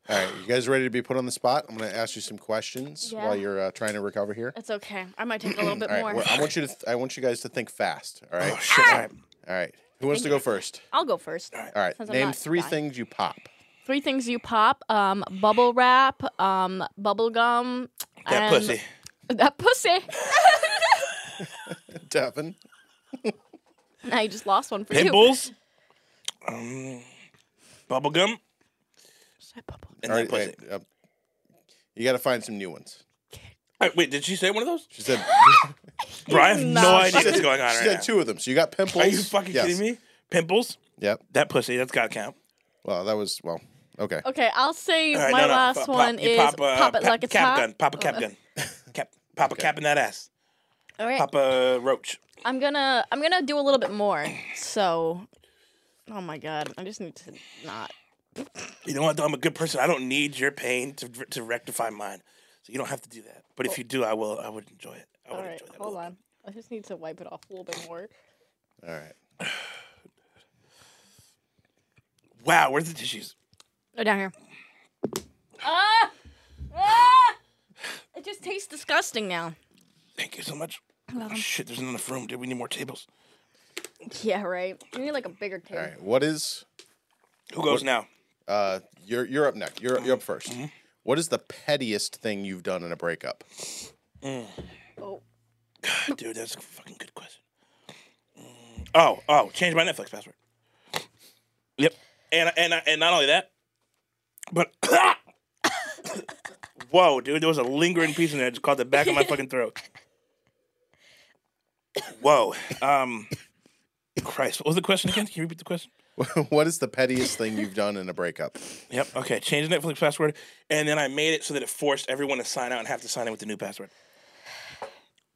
Speaker 3: All right, you guys ready to be put on the spot? I'm going to ask you some questions
Speaker 1: Yeah.
Speaker 3: while you're uh, trying to recover here.
Speaker 1: It's okay. I might take a little bit
Speaker 3: All right,
Speaker 1: more.
Speaker 3: well, I want you to. Th- I want you guys to think fast. All right.
Speaker 2: Oh, shit.
Speaker 1: Ah!
Speaker 2: All right.
Speaker 3: All right. Who wants to go first?
Speaker 1: I'll go first.
Speaker 3: All right.
Speaker 1: Since I'm
Speaker 3: Name
Speaker 1: not
Speaker 3: three
Speaker 1: dying.
Speaker 3: things you pop.
Speaker 1: Three things you pop: um, bubble wrap, um, bubble gum.
Speaker 2: That
Speaker 1: and-
Speaker 2: pussy.
Speaker 1: That pussy.
Speaker 3: Devin.
Speaker 1: I just lost one for you.
Speaker 2: Pit bulls. Um, bubble gum.
Speaker 1: Said bubble.
Speaker 2: And
Speaker 3: All
Speaker 2: that
Speaker 3: right.
Speaker 2: pussy.
Speaker 3: Wait, uh, you got to find some new ones.
Speaker 2: All right, wait, did she say one of those?
Speaker 3: She said.
Speaker 2: Bro, I have no,
Speaker 1: not
Speaker 2: idea
Speaker 3: she
Speaker 2: what's
Speaker 3: said-
Speaker 2: going on
Speaker 3: She
Speaker 2: right
Speaker 3: said
Speaker 2: now.
Speaker 3: two of them. So you got pimples.
Speaker 2: Are you fucking kidding me? Pimples?
Speaker 3: Yep.
Speaker 2: That pussy. That's got to count.
Speaker 3: Well, that was well. Okay.
Speaker 1: Okay, I'll say
Speaker 2: All right,
Speaker 1: my
Speaker 2: no, no,
Speaker 1: last
Speaker 2: pop- pop-
Speaker 1: one
Speaker 2: you
Speaker 1: is pop,
Speaker 2: uh,
Speaker 1: it
Speaker 2: cap-
Speaker 1: like it's
Speaker 2: cap
Speaker 1: hot. Oh.
Speaker 2: gun. Pop a cap gun. Cap, pop a cap in that ass.
Speaker 1: All right,
Speaker 2: Pop a roach.
Speaker 1: I'm gonna I'm gonna do a little bit more. So, oh my god, I just need to not.
Speaker 2: You know what? Though? I'm a good person. I don't need your pain to to rectify mine. So you don't have to do that. But if you do, I will. I would enjoy it. I would
Speaker 1: Oh. All right,
Speaker 2: enjoy that.
Speaker 1: hold
Speaker 2: little-
Speaker 1: on. I just need to wipe it off a little bit more.
Speaker 3: All right.
Speaker 2: Wow, where's the tissues?
Speaker 1: Oh, down here. Ah! Ah! It just tastes disgusting now.
Speaker 2: Thank you so much. Oh, shit, there's not enough room, dude. We need more tables.
Speaker 1: Yeah, right. You need like a bigger tape.
Speaker 3: All right. What is?
Speaker 2: Who goes now?
Speaker 3: Uh, you're you're up next. You're you're up 1st What is the pettiest thing you've done in a breakup?
Speaker 1: Oh,
Speaker 2: Dude, that's a fucking good question. Mm, Oh, oh, change my Netflix password. Yep, and and and not only that, but whoa, dude, there was a lingering piece in there that just caught the back of my fucking throat. Whoa, um, Christ, what was the question again? Can you repeat the question?
Speaker 3: what is the pettiest thing you've done in a breakup?
Speaker 2: Yep. Okay. Change the Netflix password, and then I made it so that it forced everyone to sign out and have to sign in with the new password.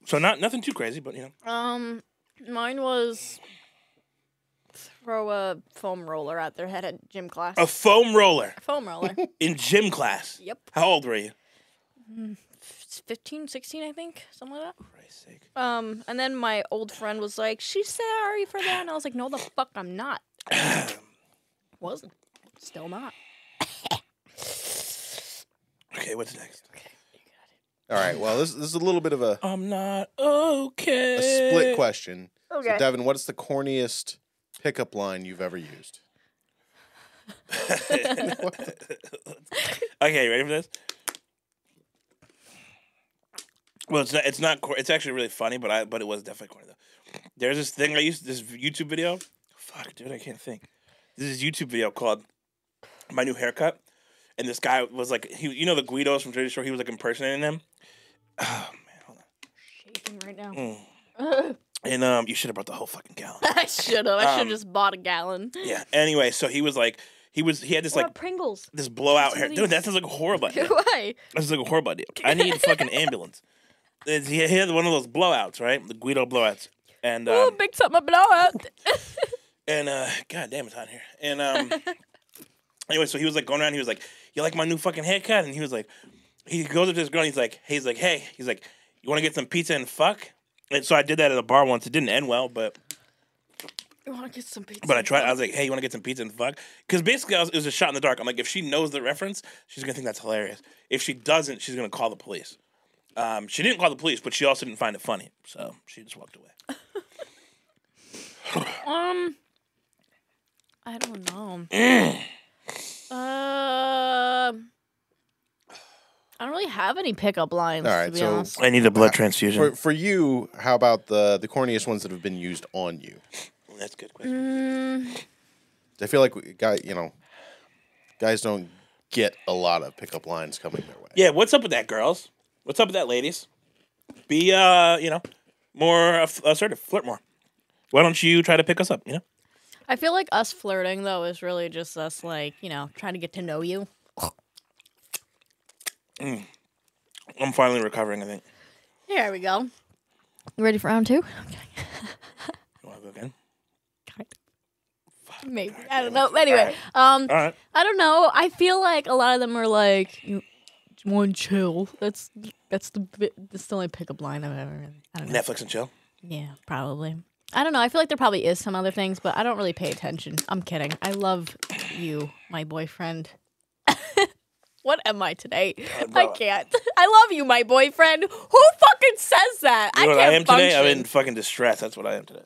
Speaker 2: So not nothing too crazy, but you know.
Speaker 1: um, mine was throw a foam roller at their head at gym class.
Speaker 2: A foam roller
Speaker 1: Foam roller.
Speaker 2: in gym class.
Speaker 1: yep.
Speaker 2: How old were you?
Speaker 1: It's 15, 16, I think, something like that.
Speaker 2: Christ's sake.
Speaker 1: Um, and then my old friend was like, "She's sorry for that," and I was like, "No, the fuck, I'm not." Wasn't. Still not.
Speaker 2: Okay, what's next?
Speaker 3: All right. Well, this, this is a little bit of a,
Speaker 2: I'm not
Speaker 3: a
Speaker 2: okay.
Speaker 3: split question.
Speaker 1: Okay.
Speaker 3: So, Devin, what's the corniest pickup line you've ever used?
Speaker 2: Okay, you ready for this? Well, it's not. It's not. cor- It's actually really funny, but I. But it was definitely corny though. There's this thing I used. This YouTube video. Fuck, dude, I can't think. This is YouTube video called "My New Haircut," and this guy was like, he, you know, the Guidos from Jersey Shore. He was like impersonating them. Oh man, hold
Speaker 1: Shaking right now.
Speaker 2: on. And um, you should have brought the whole fucking gallon.
Speaker 1: I should have. I should have
Speaker 2: Um,
Speaker 1: just bought a gallon.
Speaker 2: yeah. Anyway, so he was like, he was he had this
Speaker 1: Or
Speaker 2: like
Speaker 1: a Pringles.
Speaker 2: this blowout hair.
Speaker 1: Somebody-
Speaker 2: Dude, that sounds like a horrible. idea.
Speaker 1: Why?
Speaker 2: That's like a horrible idea. I need a fucking ambulance. It's- He he had one of those blowouts, right? The Guido blowouts. And
Speaker 1: Ooh,
Speaker 2: um,
Speaker 1: mix up my blowout.
Speaker 2: and uh, god damn, it's hot in here. And um, anyway, so he was like going around. He was like, "You like my new fucking haircut?" And he was like, he goes up to this girl. and He's like, he's like, hey, he's like, you want to get some pizza and fuck? And so I did that at a bar once. It didn't end well, but
Speaker 1: you want to get some pizza?
Speaker 2: but I tried. I was like, "Hey, you want to get some pizza and fuck?" Because basically, I was, it was a shot in the dark. I'm like, if she knows the reference, she's gonna think that's hilarious. If she doesn't, she's gonna call the police. Um, she didn't call the police, but she also didn't find it funny, so she just walked away.
Speaker 1: Um, I don't know. Um, I Um, don't really have any pickup lines.
Speaker 3: All
Speaker 1: to
Speaker 3: right,
Speaker 1: be
Speaker 3: so-
Speaker 1: honest.
Speaker 2: I need a blood
Speaker 3: For,
Speaker 2: transfusion.
Speaker 3: for you, how about the the corniest ones that have been used on you?
Speaker 2: That's a good question.
Speaker 3: I feel like we- guy, you know, guys don't get a lot of pickup lines coming their way.
Speaker 2: Yeah, what's up with that, girls? What's up with that, ladies? Be uh, you know, more aff- assertive, flirt more. Why don't you try to pick us up? You know,
Speaker 1: I feel like us flirting though is really just us like you know trying to get to know you.
Speaker 2: I'm finally recovering. I think.
Speaker 1: Here we go. You ready for round two?
Speaker 2: You want to go again?
Speaker 1: Maybe I don't know. Anyway, um,
Speaker 2: All right.
Speaker 1: I don't know. I feel like a lot of them are like you one chill. That's that's the bit, that's the only pickup line I've ever. Really, I don't know.
Speaker 2: Netflix and chill.
Speaker 1: Yeah, probably. I don't know. I feel like there probably is some other things, but I don't really pay attention. I'm kidding. I love you, my boyfriend. What am I today? I
Speaker 2: bro.
Speaker 1: can't. I love you, my boyfriend. Who fucking says that?
Speaker 2: You know
Speaker 1: I
Speaker 2: what
Speaker 1: can't
Speaker 2: I am
Speaker 1: function.
Speaker 2: today? I'm in fucking distress. That's what I am today.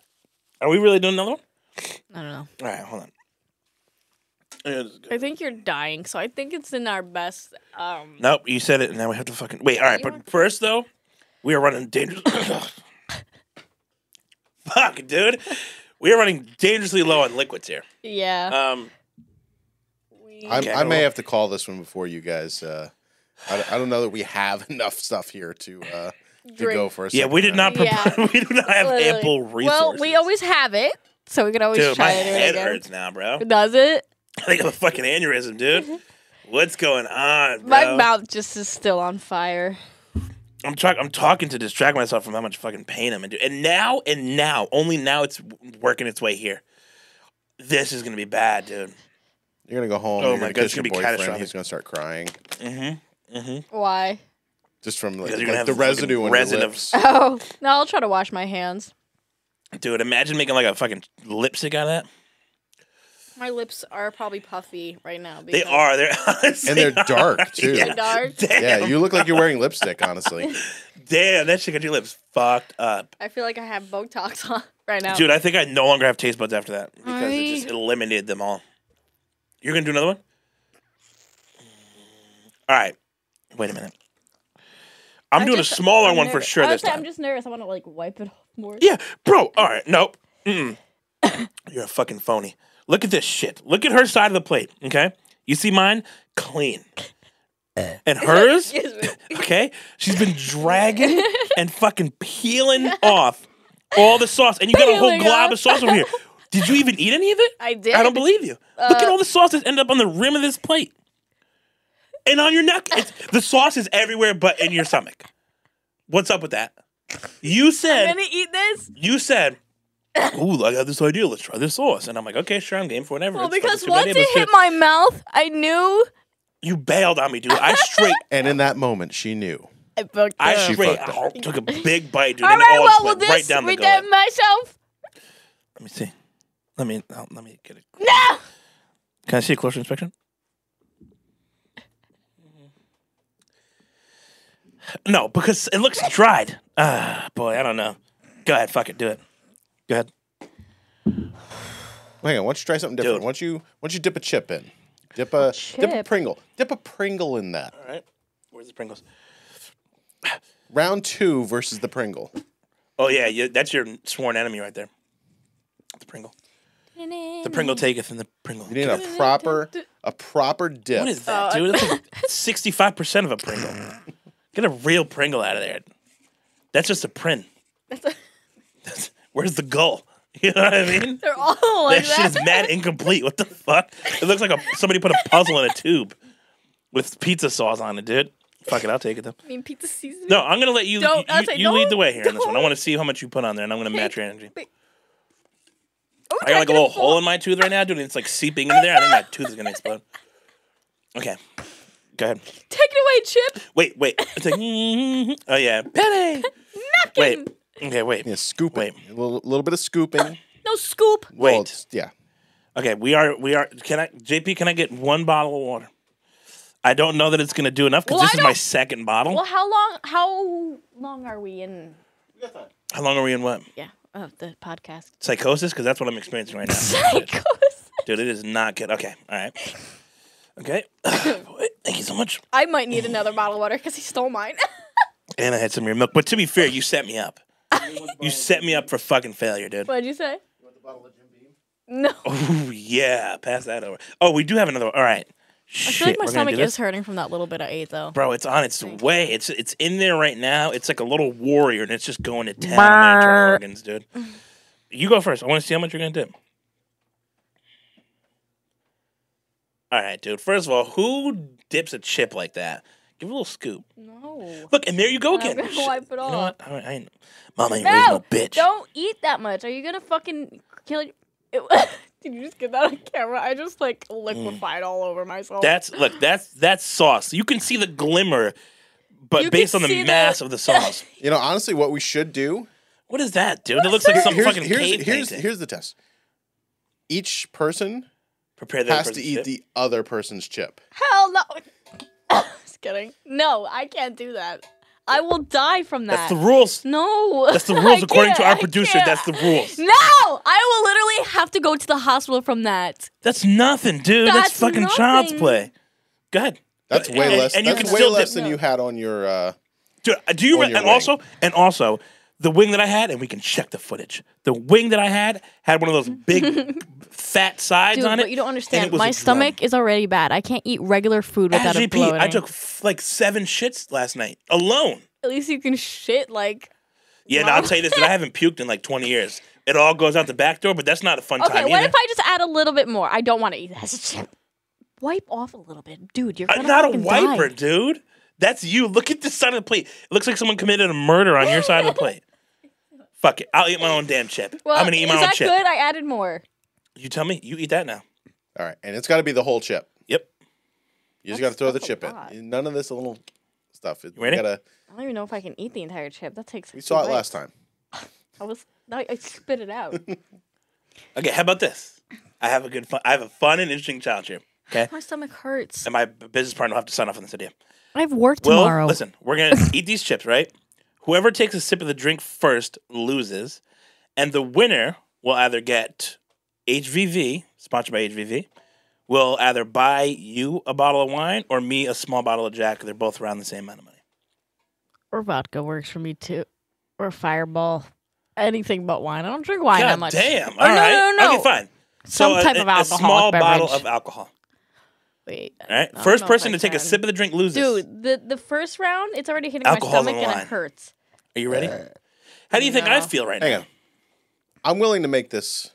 Speaker 2: Are we really doing another one?
Speaker 1: I don't know.
Speaker 2: All right, hold on. Yeah, this is good.
Speaker 1: I think you're dying, so I think it's in our best. Um,
Speaker 2: Nope, you said it, and now we have to fucking wait. All right, but first though, we are running dangerous. Fuck, dude, we are running dangerously low on liquids here.
Speaker 1: yeah.
Speaker 2: Um,
Speaker 1: we-
Speaker 3: I'm,
Speaker 2: Okay.
Speaker 3: I may have to call this one before you guys. Uh, I, don't- I don't know that we have enough stuff here to uh, to
Speaker 1: Drink.
Speaker 3: go for a
Speaker 2: yeah, we did not. Prepare,
Speaker 1: Yeah.
Speaker 2: we do not have
Speaker 1: Literally.
Speaker 2: ample resources.
Speaker 1: Well, we always have it, so we can always
Speaker 2: Dude, my
Speaker 1: try it
Speaker 2: head
Speaker 1: again.
Speaker 2: hurts now, bro.
Speaker 1: Does it?
Speaker 2: I think I'm a fucking aneurysm, dude. What's going on, bro?
Speaker 1: My mouth just is still on fire.
Speaker 2: I'm talking. I'm talking to distract myself from how much fucking pain I'm in. dude. And now, and now, only now, it's working its way here. This is gonna be bad, dude.
Speaker 3: You're gonna go home.
Speaker 2: Oh
Speaker 3: you're
Speaker 2: my
Speaker 3: gonna
Speaker 2: God, it's
Speaker 3: kiss
Speaker 2: gonna
Speaker 3: your
Speaker 2: be
Speaker 3: boyfriend.
Speaker 2: catastrophic.
Speaker 3: He's gonna start crying
Speaker 2: Mm-hmm. Mm-hmm.
Speaker 1: Why?
Speaker 3: just from like,
Speaker 2: Because you're
Speaker 3: like,
Speaker 2: gonna have
Speaker 3: the
Speaker 2: the fucking
Speaker 3: residue on
Speaker 2: resin
Speaker 3: your
Speaker 2: of-
Speaker 3: lips.
Speaker 1: Oh, no, I'll try to wash my hands.
Speaker 2: Dude, imagine making like a fucking lipstick out of that.
Speaker 1: My lips are probably puffy right now.
Speaker 2: They are. They're honestly
Speaker 3: and they're
Speaker 2: are.
Speaker 3: dark too.
Speaker 1: They're
Speaker 3: Yeah.
Speaker 1: dark.
Speaker 2: Damn,
Speaker 3: you look like you're wearing lipstick. Honestly,
Speaker 2: damn, that shit got your lips fucked up,
Speaker 1: I feel like I have Botox on right now.
Speaker 2: dude. I think I no longer have taste buds after that because it
Speaker 1: I-
Speaker 2: just eliminated them all. You're gonna do another one? All right. Wait a minute. I'm doing a smaller one for sure this time.
Speaker 1: I'm just nervous. I want to like wipe it off more.
Speaker 2: Yeah, bro. All right, nope. Mm. You're a fucking phony. Look at this shit. Look at her side of the plate. Okay, you see mine clean, and hers.
Speaker 1: Excuse me.
Speaker 2: Okay, she's been dragging and fucking peeling off all the sauce, and you got a whole
Speaker 1: Peeling
Speaker 2: glob
Speaker 1: off.
Speaker 2: of sauce over here. Did you even eat any of it?
Speaker 1: I did. Uh,
Speaker 2: I don't believe you. Look at all the sauce that ended up on the rim of this plate. And on your neck. It's, the sauce is everywhere but in your stomach. What's up with that? You said
Speaker 1: I'm gonna eat this.
Speaker 2: you said, "Ooh, I got this idea. Let's try this sauce." And I'm like, "Okay, sure, I'm game for whatever."
Speaker 1: Well,
Speaker 2: It's fucking
Speaker 1: because
Speaker 2: stupid
Speaker 1: once
Speaker 2: idea, but
Speaker 1: it
Speaker 2: let's do
Speaker 1: hit my mouth, I knew.
Speaker 2: you bailed on me, dude. I straight,
Speaker 3: and in that moment, she knew.
Speaker 1: I booked
Speaker 2: I
Speaker 1: it.
Speaker 3: She
Speaker 2: straight
Speaker 3: fucked
Speaker 2: out, took a big bite, dude.
Speaker 1: All
Speaker 2: and it
Speaker 1: right,
Speaker 2: all
Speaker 1: well,
Speaker 2: just
Speaker 1: will
Speaker 2: went
Speaker 1: this
Speaker 2: right down the gullet.
Speaker 1: redeem myself?
Speaker 2: Let me see. Let me I'll- let me get it.
Speaker 1: No.
Speaker 2: Can I see a closer inspection? No, because it looks dried. Ah, boy, I don't know. Go ahead, fuck it, do it. Go ahead.
Speaker 3: Hang on, why don't you try something different?
Speaker 2: Dude.
Speaker 3: Why don't you why don't you dip a chip in? Dip a dip a
Speaker 4: chip.
Speaker 3: Pringle. Dip a Pringle in that.
Speaker 2: All right. Where's the Pringles?
Speaker 3: Round two versus the Pringle.
Speaker 2: Oh yeah, you, that's your sworn enemy right there. The Pringle. The Pringle taketh and the Pringle.
Speaker 3: You need a proper a proper dip.
Speaker 2: What is that,
Speaker 1: Oh.
Speaker 2: dude? That's like sixty-five percent of a Pringle. Get a real Pringle out of there. That's just a print. That's- Where's the gull? You know what I mean?
Speaker 1: They're all like
Speaker 2: that shit is mad incomplete. What the fuck? It looks like a, somebody put a puzzle in a tube with pizza sauce on it, dude. Fuck it, I'll take it though.
Speaker 1: I mean, pizza seasoning.
Speaker 2: No, I'm gonna let you.
Speaker 1: Don't-
Speaker 2: you
Speaker 1: I say
Speaker 2: you lead the
Speaker 1: don't-
Speaker 2: way here on this one. I
Speaker 1: don't.
Speaker 2: want to see how much you put on there, and I'm gonna match your energy.
Speaker 1: Oh,
Speaker 2: I got like a
Speaker 1: get
Speaker 2: little
Speaker 1: full-
Speaker 2: hole in my tooth right now, dude, and it's like seeping into there. I think my tooth is gonna explode. Okay. Go ahead.
Speaker 1: Take it away, Chip.
Speaker 2: Wait, wait. It's like, oh yeah, penny. Wait. Okay, wait.
Speaker 3: Yeah, scoop
Speaker 2: Wait.
Speaker 3: it. A little, little bit of scooping.
Speaker 1: No scoop.
Speaker 2: Wait.
Speaker 3: Well, it's- yeah.
Speaker 2: Okay, we are. We are. Can I, JP? Can I get one bottle of water? I don't know that it's gonna do enough because
Speaker 1: Well,
Speaker 2: this
Speaker 1: I
Speaker 2: is my
Speaker 1: don't-
Speaker 2: second bottle.
Speaker 1: Well, how long? How long are we in?
Speaker 2: How long are we in? What
Speaker 1: Yeah, oh, the podcast.
Speaker 2: psychosis? Because that's what I'm experiencing right now,
Speaker 1: Psychos.
Speaker 2: dude. It is not good. Okay, all right. Okay. Boy, Thank you so much.
Speaker 1: I might need another bottle of water because he stole mine.
Speaker 2: And I had some of your milk, but to be fair, you set me up. you set me up for fucking failure, dude.
Speaker 1: What'd you say? You want the bottle of Jim Beam? No.
Speaker 2: Oh yeah, pass that over. Oh, we do have another. one. All right.
Speaker 1: I
Speaker 2: Shit,
Speaker 1: feel like my
Speaker 2: we're gonna
Speaker 1: stomach
Speaker 2: do this?
Speaker 1: is hurting from that little bit I ate, though.
Speaker 2: Bro, it's on its way. It's it's in there right now. It's like a little warrior, and it's just going to town on my internal organs, dude. You go first. I want to see how much you're gonna dip. All right, dude. First of all, who dips a chip like that? Give it a little scoop.
Speaker 1: No.
Speaker 2: Look, and there you go again.
Speaker 1: gonna
Speaker 2: Shit.
Speaker 1: wipe it
Speaker 2: You know
Speaker 1: off.
Speaker 2: what? All right, I ain't, Mom ain't raised
Speaker 1: No.
Speaker 2: no bitch.
Speaker 1: Don't eat that much. Are you gonna fucking kill? Your... Did you just get that on camera? I just like
Speaker 2: Mm.
Speaker 1: liquefied all over myself.
Speaker 2: That's look. That's that's sauce. You can see the glimmer, but
Speaker 1: You can
Speaker 2: based on
Speaker 1: see
Speaker 2: the
Speaker 1: the-
Speaker 2: mass of the sauce,
Speaker 3: You know, honestly, what we should do
Speaker 2: what is that, dude? It looks like some
Speaker 3: here's,
Speaker 2: fucking
Speaker 3: here's,
Speaker 2: cave
Speaker 3: here's,
Speaker 2: painting.
Speaker 3: here's the test. Each person
Speaker 2: Prepare that
Speaker 3: has
Speaker 2: for
Speaker 3: to
Speaker 2: the
Speaker 3: eat
Speaker 2: chip.
Speaker 3: the other person's chip.
Speaker 1: Hell no. Just kidding. No, I can't do that. I will die from that.
Speaker 2: That's the rules.
Speaker 1: no.
Speaker 2: That's the
Speaker 1: I
Speaker 2: rules according to
Speaker 1: can't,
Speaker 2: our
Speaker 1: I
Speaker 2: producer.
Speaker 1: can't.
Speaker 2: That's the rules.
Speaker 1: No, I will literally have to go to the hospital from that.
Speaker 2: That's nothing, dude. That's,
Speaker 1: That's
Speaker 2: fucking child's
Speaker 1: nothing.
Speaker 2: play. Go ahead.
Speaker 3: That's
Speaker 2: And-
Speaker 3: way
Speaker 2: and-
Speaker 3: less.
Speaker 2: and you
Speaker 3: that's
Speaker 2: can
Speaker 3: way
Speaker 2: still
Speaker 3: less
Speaker 2: dip-
Speaker 3: than you had on your. Uh,
Speaker 2: Dude, uh, do you
Speaker 3: On
Speaker 2: re-
Speaker 3: your
Speaker 2: and
Speaker 3: wing.
Speaker 2: also and also the wing that I had, and we can check the footage. The wing that I had had one of those big, fat sides
Speaker 1: Dude,
Speaker 2: on it.
Speaker 1: but you don't
Speaker 2: and it
Speaker 1: understand.
Speaker 2: was a
Speaker 1: My
Speaker 2: drum.
Speaker 1: stomach is already bad. I can't eat regular food without it
Speaker 2: SGP,
Speaker 1: bloating.
Speaker 2: I took f- like seven shits last night alone.
Speaker 1: At least you can shit like.
Speaker 2: Yeah, and
Speaker 1: Wow.
Speaker 2: I'll tell you this: dude, I haven't puked in like 20 years. It all goes out the back door, but that's not a fun
Speaker 1: Okay,
Speaker 2: time
Speaker 1: what
Speaker 2: either.
Speaker 1: if I just add a little bit more? I don't want to eat that. Wipe off a little bit, dude. You're
Speaker 2: Uh,
Speaker 1: gonna
Speaker 2: not a
Speaker 1: fucking
Speaker 2: wiper,
Speaker 1: die.
Speaker 2: dude. That's you. Look at this side of the plate. It looks like someone committed a murder on your side of the plate. Fuck it. I'll eat my own damn chip.
Speaker 1: Well,
Speaker 2: I'm gonna eat
Speaker 1: is
Speaker 2: my own
Speaker 1: that
Speaker 2: chip.
Speaker 1: good? I added more.
Speaker 2: You tell me. You eat that now.
Speaker 3: all right, and it's got to be the whole chip.
Speaker 2: Yep.
Speaker 3: You just got
Speaker 1: That's-
Speaker 3: to throw the
Speaker 1: that's a
Speaker 3: chip
Speaker 1: lot.
Speaker 3: in. None of this little stuff. It, you
Speaker 2: ready?
Speaker 3: Gotta,
Speaker 1: I don't even know if I can eat the entire chip. That takes.
Speaker 3: we saw it last time.
Speaker 1: I was. I, I spit it out.
Speaker 2: Okay. How about this? I have a good fun. I have a fun and interesting challenge here. Okay.
Speaker 1: My stomach hurts.
Speaker 2: And my b- business partner will have to sign off on this idea.
Speaker 4: I have work
Speaker 2: Will,
Speaker 4: tomorrow.
Speaker 2: listen, we're gonna eat these chips, right? Whoever takes a sip of the drink first loses, and the winner will either get HVV, sponsored by HVV, will either buy you a bottle of wine or me a small bottle of Jack. They're both around the same amount of money.
Speaker 1: Or vodka works for me too. Or Fireball. Anything but wine. I don't drink wine that
Speaker 2: God
Speaker 1: much.
Speaker 2: damn!
Speaker 1: Or
Speaker 2: All right.
Speaker 1: no, no, no, no.
Speaker 2: Okay, fine.
Speaker 1: Some
Speaker 2: a-
Speaker 1: type
Speaker 2: a-
Speaker 1: of alcohol.
Speaker 2: A small bottle of alcohol.
Speaker 1: Wait. I
Speaker 2: All right.
Speaker 1: don't
Speaker 2: First
Speaker 1: know if
Speaker 2: person
Speaker 1: I
Speaker 2: to take a
Speaker 1: can.
Speaker 2: sip of the drink loses.
Speaker 1: Oh Dude, the the first round, it's already hitting
Speaker 2: Alcohol's
Speaker 1: my stomach
Speaker 2: on the
Speaker 1: and
Speaker 2: line.
Speaker 1: it hurts.
Speaker 2: are you ready? How do you think I
Speaker 1: no.
Speaker 2: feel right
Speaker 3: Hang
Speaker 2: now?
Speaker 3: on. I'm willing to make this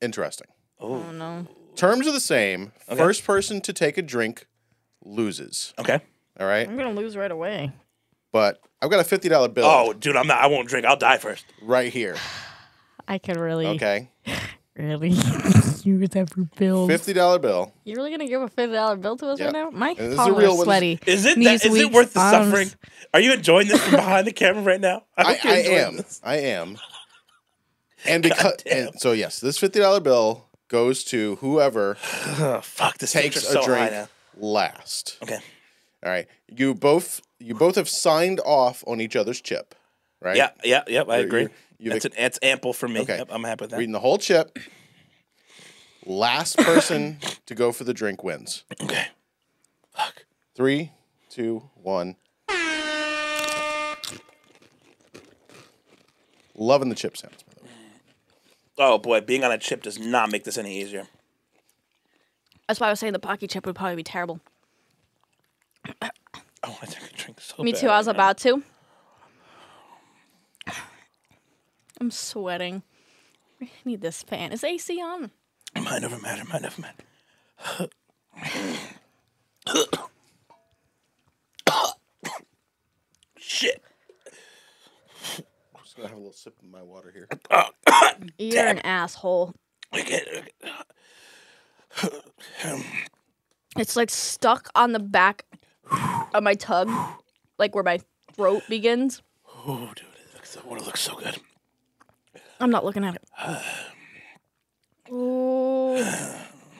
Speaker 3: interesting.
Speaker 1: I don't know.
Speaker 3: Terms are the same.
Speaker 2: Okay.
Speaker 3: First person to take a drink loses.
Speaker 2: Okay.
Speaker 3: All right,
Speaker 1: I'm gonna lose right away.
Speaker 3: but I've got a fifty dollar bill
Speaker 2: Oh, dude, I'm not. I won't drink. I'll die first.
Speaker 3: right here.
Speaker 1: I could really,
Speaker 3: Okay,
Speaker 1: really.
Speaker 4: You that for bills.
Speaker 3: fifty dollar bill.
Speaker 1: You're really gonna give a fifty dollar bill to us
Speaker 3: Yep.
Speaker 1: right now? My
Speaker 3: This is a
Speaker 1: palms
Speaker 3: real
Speaker 1: are
Speaker 3: one.
Speaker 1: sweaty.
Speaker 2: Is it
Speaker 4: Knees
Speaker 2: that, is it
Speaker 4: weak,
Speaker 2: worth the
Speaker 4: arms.
Speaker 2: suffering? Are you enjoying this from behind the camera right now?
Speaker 3: I,
Speaker 2: hope
Speaker 3: I
Speaker 2: you're enjoying
Speaker 3: am.
Speaker 2: this.
Speaker 3: I am. And because
Speaker 2: Goddamn.
Speaker 3: and so yes, this fifty dollar bill goes to whoever
Speaker 2: Oh, fuck, this
Speaker 3: takes
Speaker 2: takes
Speaker 3: a
Speaker 2: so high
Speaker 3: drink
Speaker 2: now.
Speaker 3: last.
Speaker 2: Okay.
Speaker 3: All right. You both you both have signed off on each other's chip, right?
Speaker 2: Yeah, yeah, yeah. I
Speaker 3: You're-
Speaker 2: agree.
Speaker 3: you're- you've
Speaker 2: that's, an, that's ample for me.
Speaker 3: Okay.
Speaker 2: Yep, I'm happy with that.
Speaker 3: Reading the whole chip. Last person to go for the drink wins.
Speaker 2: okay. Fuck.
Speaker 3: Three, two, one. Loving the chip sounds. by the way.
Speaker 2: Oh boy, being on a chip does not make this any easier.
Speaker 1: That's why I was saying the pocky chip would probably be terrible.
Speaker 2: Oh, I want to take a drink so
Speaker 1: Me
Speaker 2: bad
Speaker 1: too. I was
Speaker 2: right
Speaker 1: about to. I'm sweating. I need this fan. Is AC on?
Speaker 2: now. Mind over matter. Mind over matter. Shit.
Speaker 3: I'm just gonna have a little sip of my water here.
Speaker 1: You're
Speaker 2: Damn.
Speaker 1: an asshole.
Speaker 2: Okay, okay.
Speaker 1: It's like stuck on the back of my tub, like where my throat begins.
Speaker 2: Oh, dude, it looks so, it looks so good.
Speaker 1: I'm not looking at it. Ooh.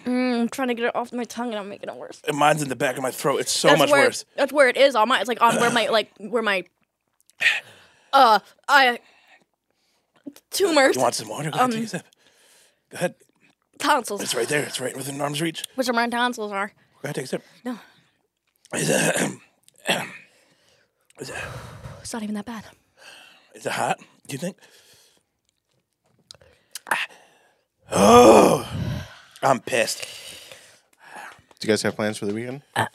Speaker 1: Mm, I'm trying to get it off my tongue and I'm making it worse.
Speaker 2: And mine's in the back of my throat. It's so
Speaker 1: that's
Speaker 2: much
Speaker 1: where,
Speaker 2: worse.
Speaker 1: That's where it is on my. It's like on where my like where my uh I tumors
Speaker 2: You want some water? Go ahead, take a sip. Go ahead.
Speaker 1: tonsils,
Speaker 2: It's right there. It's right within arm's reach.
Speaker 1: which are my tonsils are.
Speaker 2: Go ahead, take a sip.
Speaker 1: No.
Speaker 2: Is it, um, is it,
Speaker 1: It's not even that bad.
Speaker 2: is it hot? Do you think? Ah. Oh, I'm pissed.
Speaker 3: Do you guys have plans for the weekend?
Speaker 2: Uh,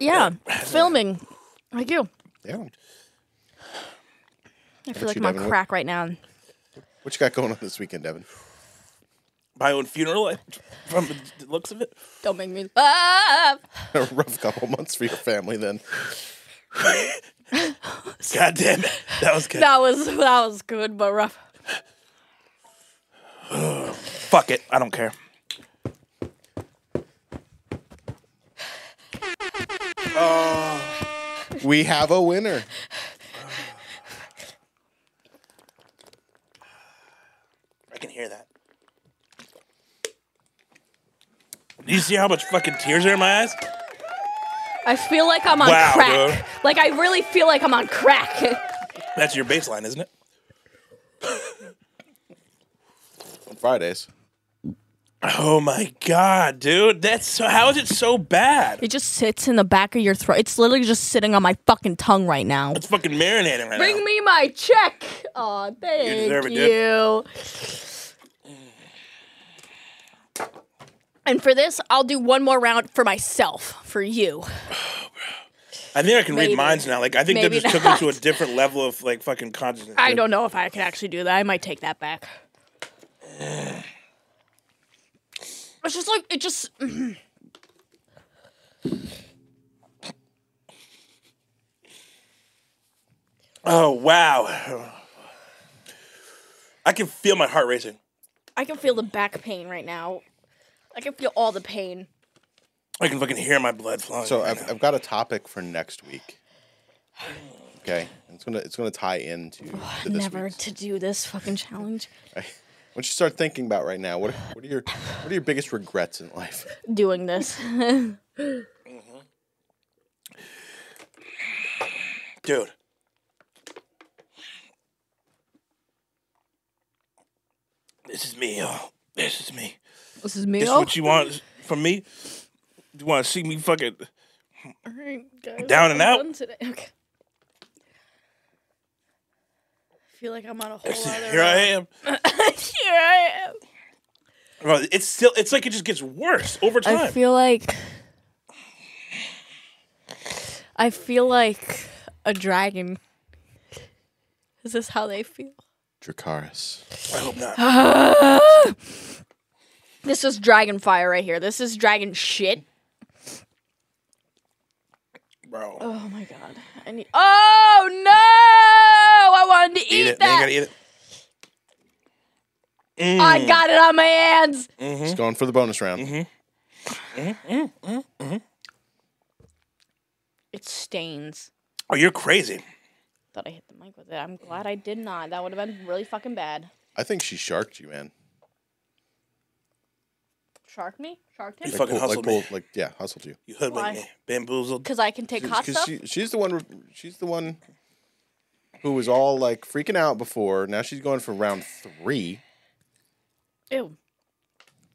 Speaker 1: Yeah, filming like you.
Speaker 3: Yeah.
Speaker 1: I feel like
Speaker 3: you
Speaker 1: I'm on
Speaker 3: doing?
Speaker 1: crack right now.
Speaker 3: What you got going on this weekend, Devin?
Speaker 2: My own funeral, I- from the looks of it.
Speaker 1: Don't make me laugh.
Speaker 3: a rough couple months for your family then.
Speaker 2: God damn it. That was good.
Speaker 1: That was that was good but rough.
Speaker 2: Fuck it. I don't care.
Speaker 3: We have a winner.
Speaker 2: I can hear that. Do you see how much fucking tears are in my eyes?
Speaker 5: I feel like I'm on
Speaker 2: Wow,
Speaker 5: crack.
Speaker 2: dude.
Speaker 5: Like I really feel like I'm on crack.
Speaker 2: That's your baseline, isn't it?
Speaker 3: on Fridays.
Speaker 2: Oh my god, dude. That's so, how is it so bad?
Speaker 5: it just sits in the back of your throat. It's literally just sitting on my fucking tongue right now.
Speaker 2: It's fucking marinating right now.
Speaker 5: Bring me my check. Aw, thank you.
Speaker 2: deserve it, dude.
Speaker 5: And for this, I'll do one more round for myself, for you.
Speaker 2: I think I can
Speaker 5: Maybe.
Speaker 2: read minds now. Like I think
Speaker 5: Maybe
Speaker 2: they just took me
Speaker 5: not.
Speaker 2: to a different level of like fucking consciousness.
Speaker 5: I
Speaker 2: dude.
Speaker 5: don't know if I could actually do that. I might take that back. It's just like it just.
Speaker 2: Oh wow. I can feel my heart racing.
Speaker 5: I can feel the back pain right now. I can feel all the pain.
Speaker 2: I can fucking hear my blood flowing.
Speaker 3: So
Speaker 2: right
Speaker 3: I've,
Speaker 2: now.
Speaker 3: I've got a topic for next week. Okay, it's gonna it's gonna tie into to this
Speaker 5: Never
Speaker 3: week's.
Speaker 5: to do this fucking challenge.
Speaker 3: What you start thinking about right now? What are, what are your what are your biggest regrets in life?
Speaker 5: Doing this.
Speaker 2: dude. This is me, y'all. This is me.
Speaker 5: this is me. Oh.
Speaker 2: This is what you want from me. You want to see me fucking? Down and out.
Speaker 5: Today. Okay. I feel like I'm on a whole other.
Speaker 2: Here I am.
Speaker 5: Here I am.
Speaker 2: Bro, it's still. It's like it just gets worse over time.
Speaker 5: I feel like I feel like a dragon. Is this how they feel?
Speaker 3: Dracaris.
Speaker 2: I hope not.
Speaker 5: This is dragon fire right here. This is dragon shit.
Speaker 2: Bro.
Speaker 5: Oh my god. I need Oh no! I wanted to eat,
Speaker 2: eat it. They ain't
Speaker 5: that.
Speaker 2: gotta eat Mm. it.
Speaker 5: I got it on my hands.
Speaker 3: It's going for the bonus round.
Speaker 5: It stains.
Speaker 2: Oh, you're crazy.
Speaker 5: Thought I hit the mic with it. I'm glad I did not. That would have been really fucking bad.
Speaker 3: I think she sharked you, man.
Speaker 5: Shark me? Shark
Speaker 2: You
Speaker 5: him?
Speaker 2: fucking
Speaker 3: pulled-
Speaker 2: hustled
Speaker 3: like,
Speaker 2: me.
Speaker 3: pulled- like yeah, hustled you.
Speaker 2: You hoodwinked
Speaker 5: Why?
Speaker 2: me. Bamboozled.
Speaker 5: Because I can take hot
Speaker 3: Because
Speaker 5: stuff.
Speaker 3: she, she's the one she's the one who was all like freaking out before. Now she's going for round three.
Speaker 5: Ew.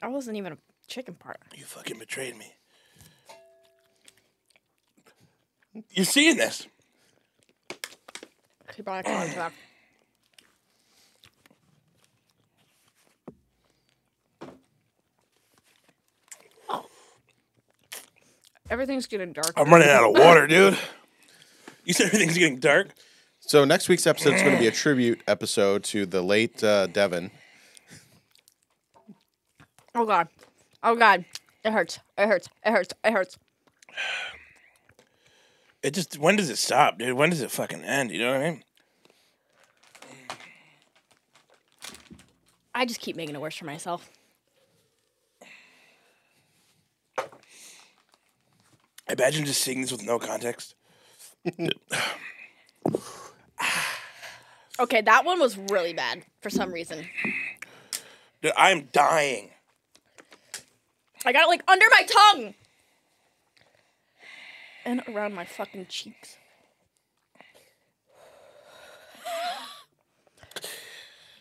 Speaker 5: I wasn't even a chicken part.
Speaker 2: You fucking betrayed me. You're seeing this.
Speaker 5: He brought a card back. Oh. Everything's getting dark.
Speaker 2: I'm running out of water, dude. You said everything's getting dark.
Speaker 3: So next week's episode is going to be a tribute episode to the late uh, Devin.
Speaker 5: Oh god. Oh god. It hurts. It hurts. It hurts. It hurts.
Speaker 2: It just. When does it stop, dude? When does it fucking end? You know what I mean?
Speaker 5: I just keep making it worse for myself.
Speaker 2: Imagine just seeing this with no context.
Speaker 5: Okay, that one was really bad for some reason.
Speaker 2: Dude, I'm dying.
Speaker 5: I got it like under my tongue and around my fucking cheeks.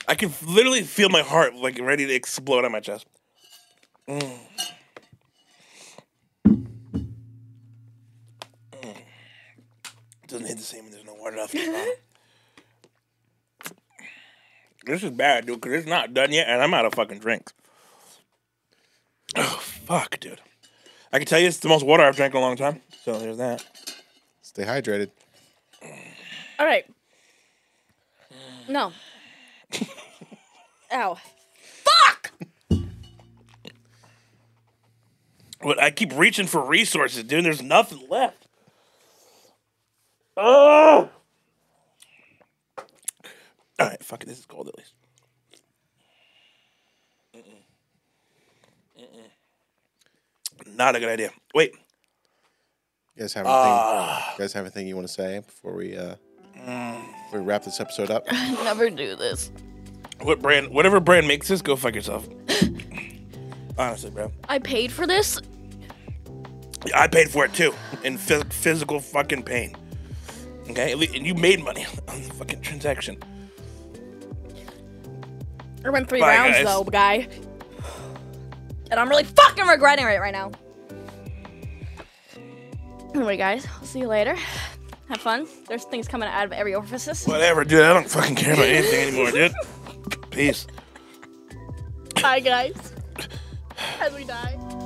Speaker 2: I can literally feel my heart like ready to explode on my chest. Mm. It Mm. doesn't hit the same when there's no water left. in the bottle. this is bad, dude, because it's not done yet, and I'm out of fucking drinks. Oh, fuck, dude. I can tell you it's the most water I've drank in a long time, so there's that.
Speaker 3: Stay hydrated.
Speaker 5: All right. No. Ow. Fuck!
Speaker 2: But I keep reaching for resources, dude. There's nothing left. Oh. All right, fuck it. This is cold at least. Mm-mm. Mm-mm. Not a good idea. Wait,
Speaker 3: You guys have anything? you guys have anything you want to say before we uh, before we wrap this episode up?
Speaker 5: Never do this.
Speaker 2: what brand? Whatever brand makes this, go fuck yourself. Honestly, bro.
Speaker 5: I paid for this.
Speaker 2: I paid for it too in phys- physical fucking pain. Okay, At lea- and you made money on the fucking transaction.
Speaker 5: I went three
Speaker 2: Bye,
Speaker 5: rounds
Speaker 2: guys.
Speaker 5: though, guy. And I'm really fucking regretting it right now. Anyway, guys, I'll see you later. Have fun. There's things coming out of every orifice.
Speaker 2: Whatever, dude. I don't fucking care about anything anymore, dude. Peace.
Speaker 5: Bye, guys. As we die.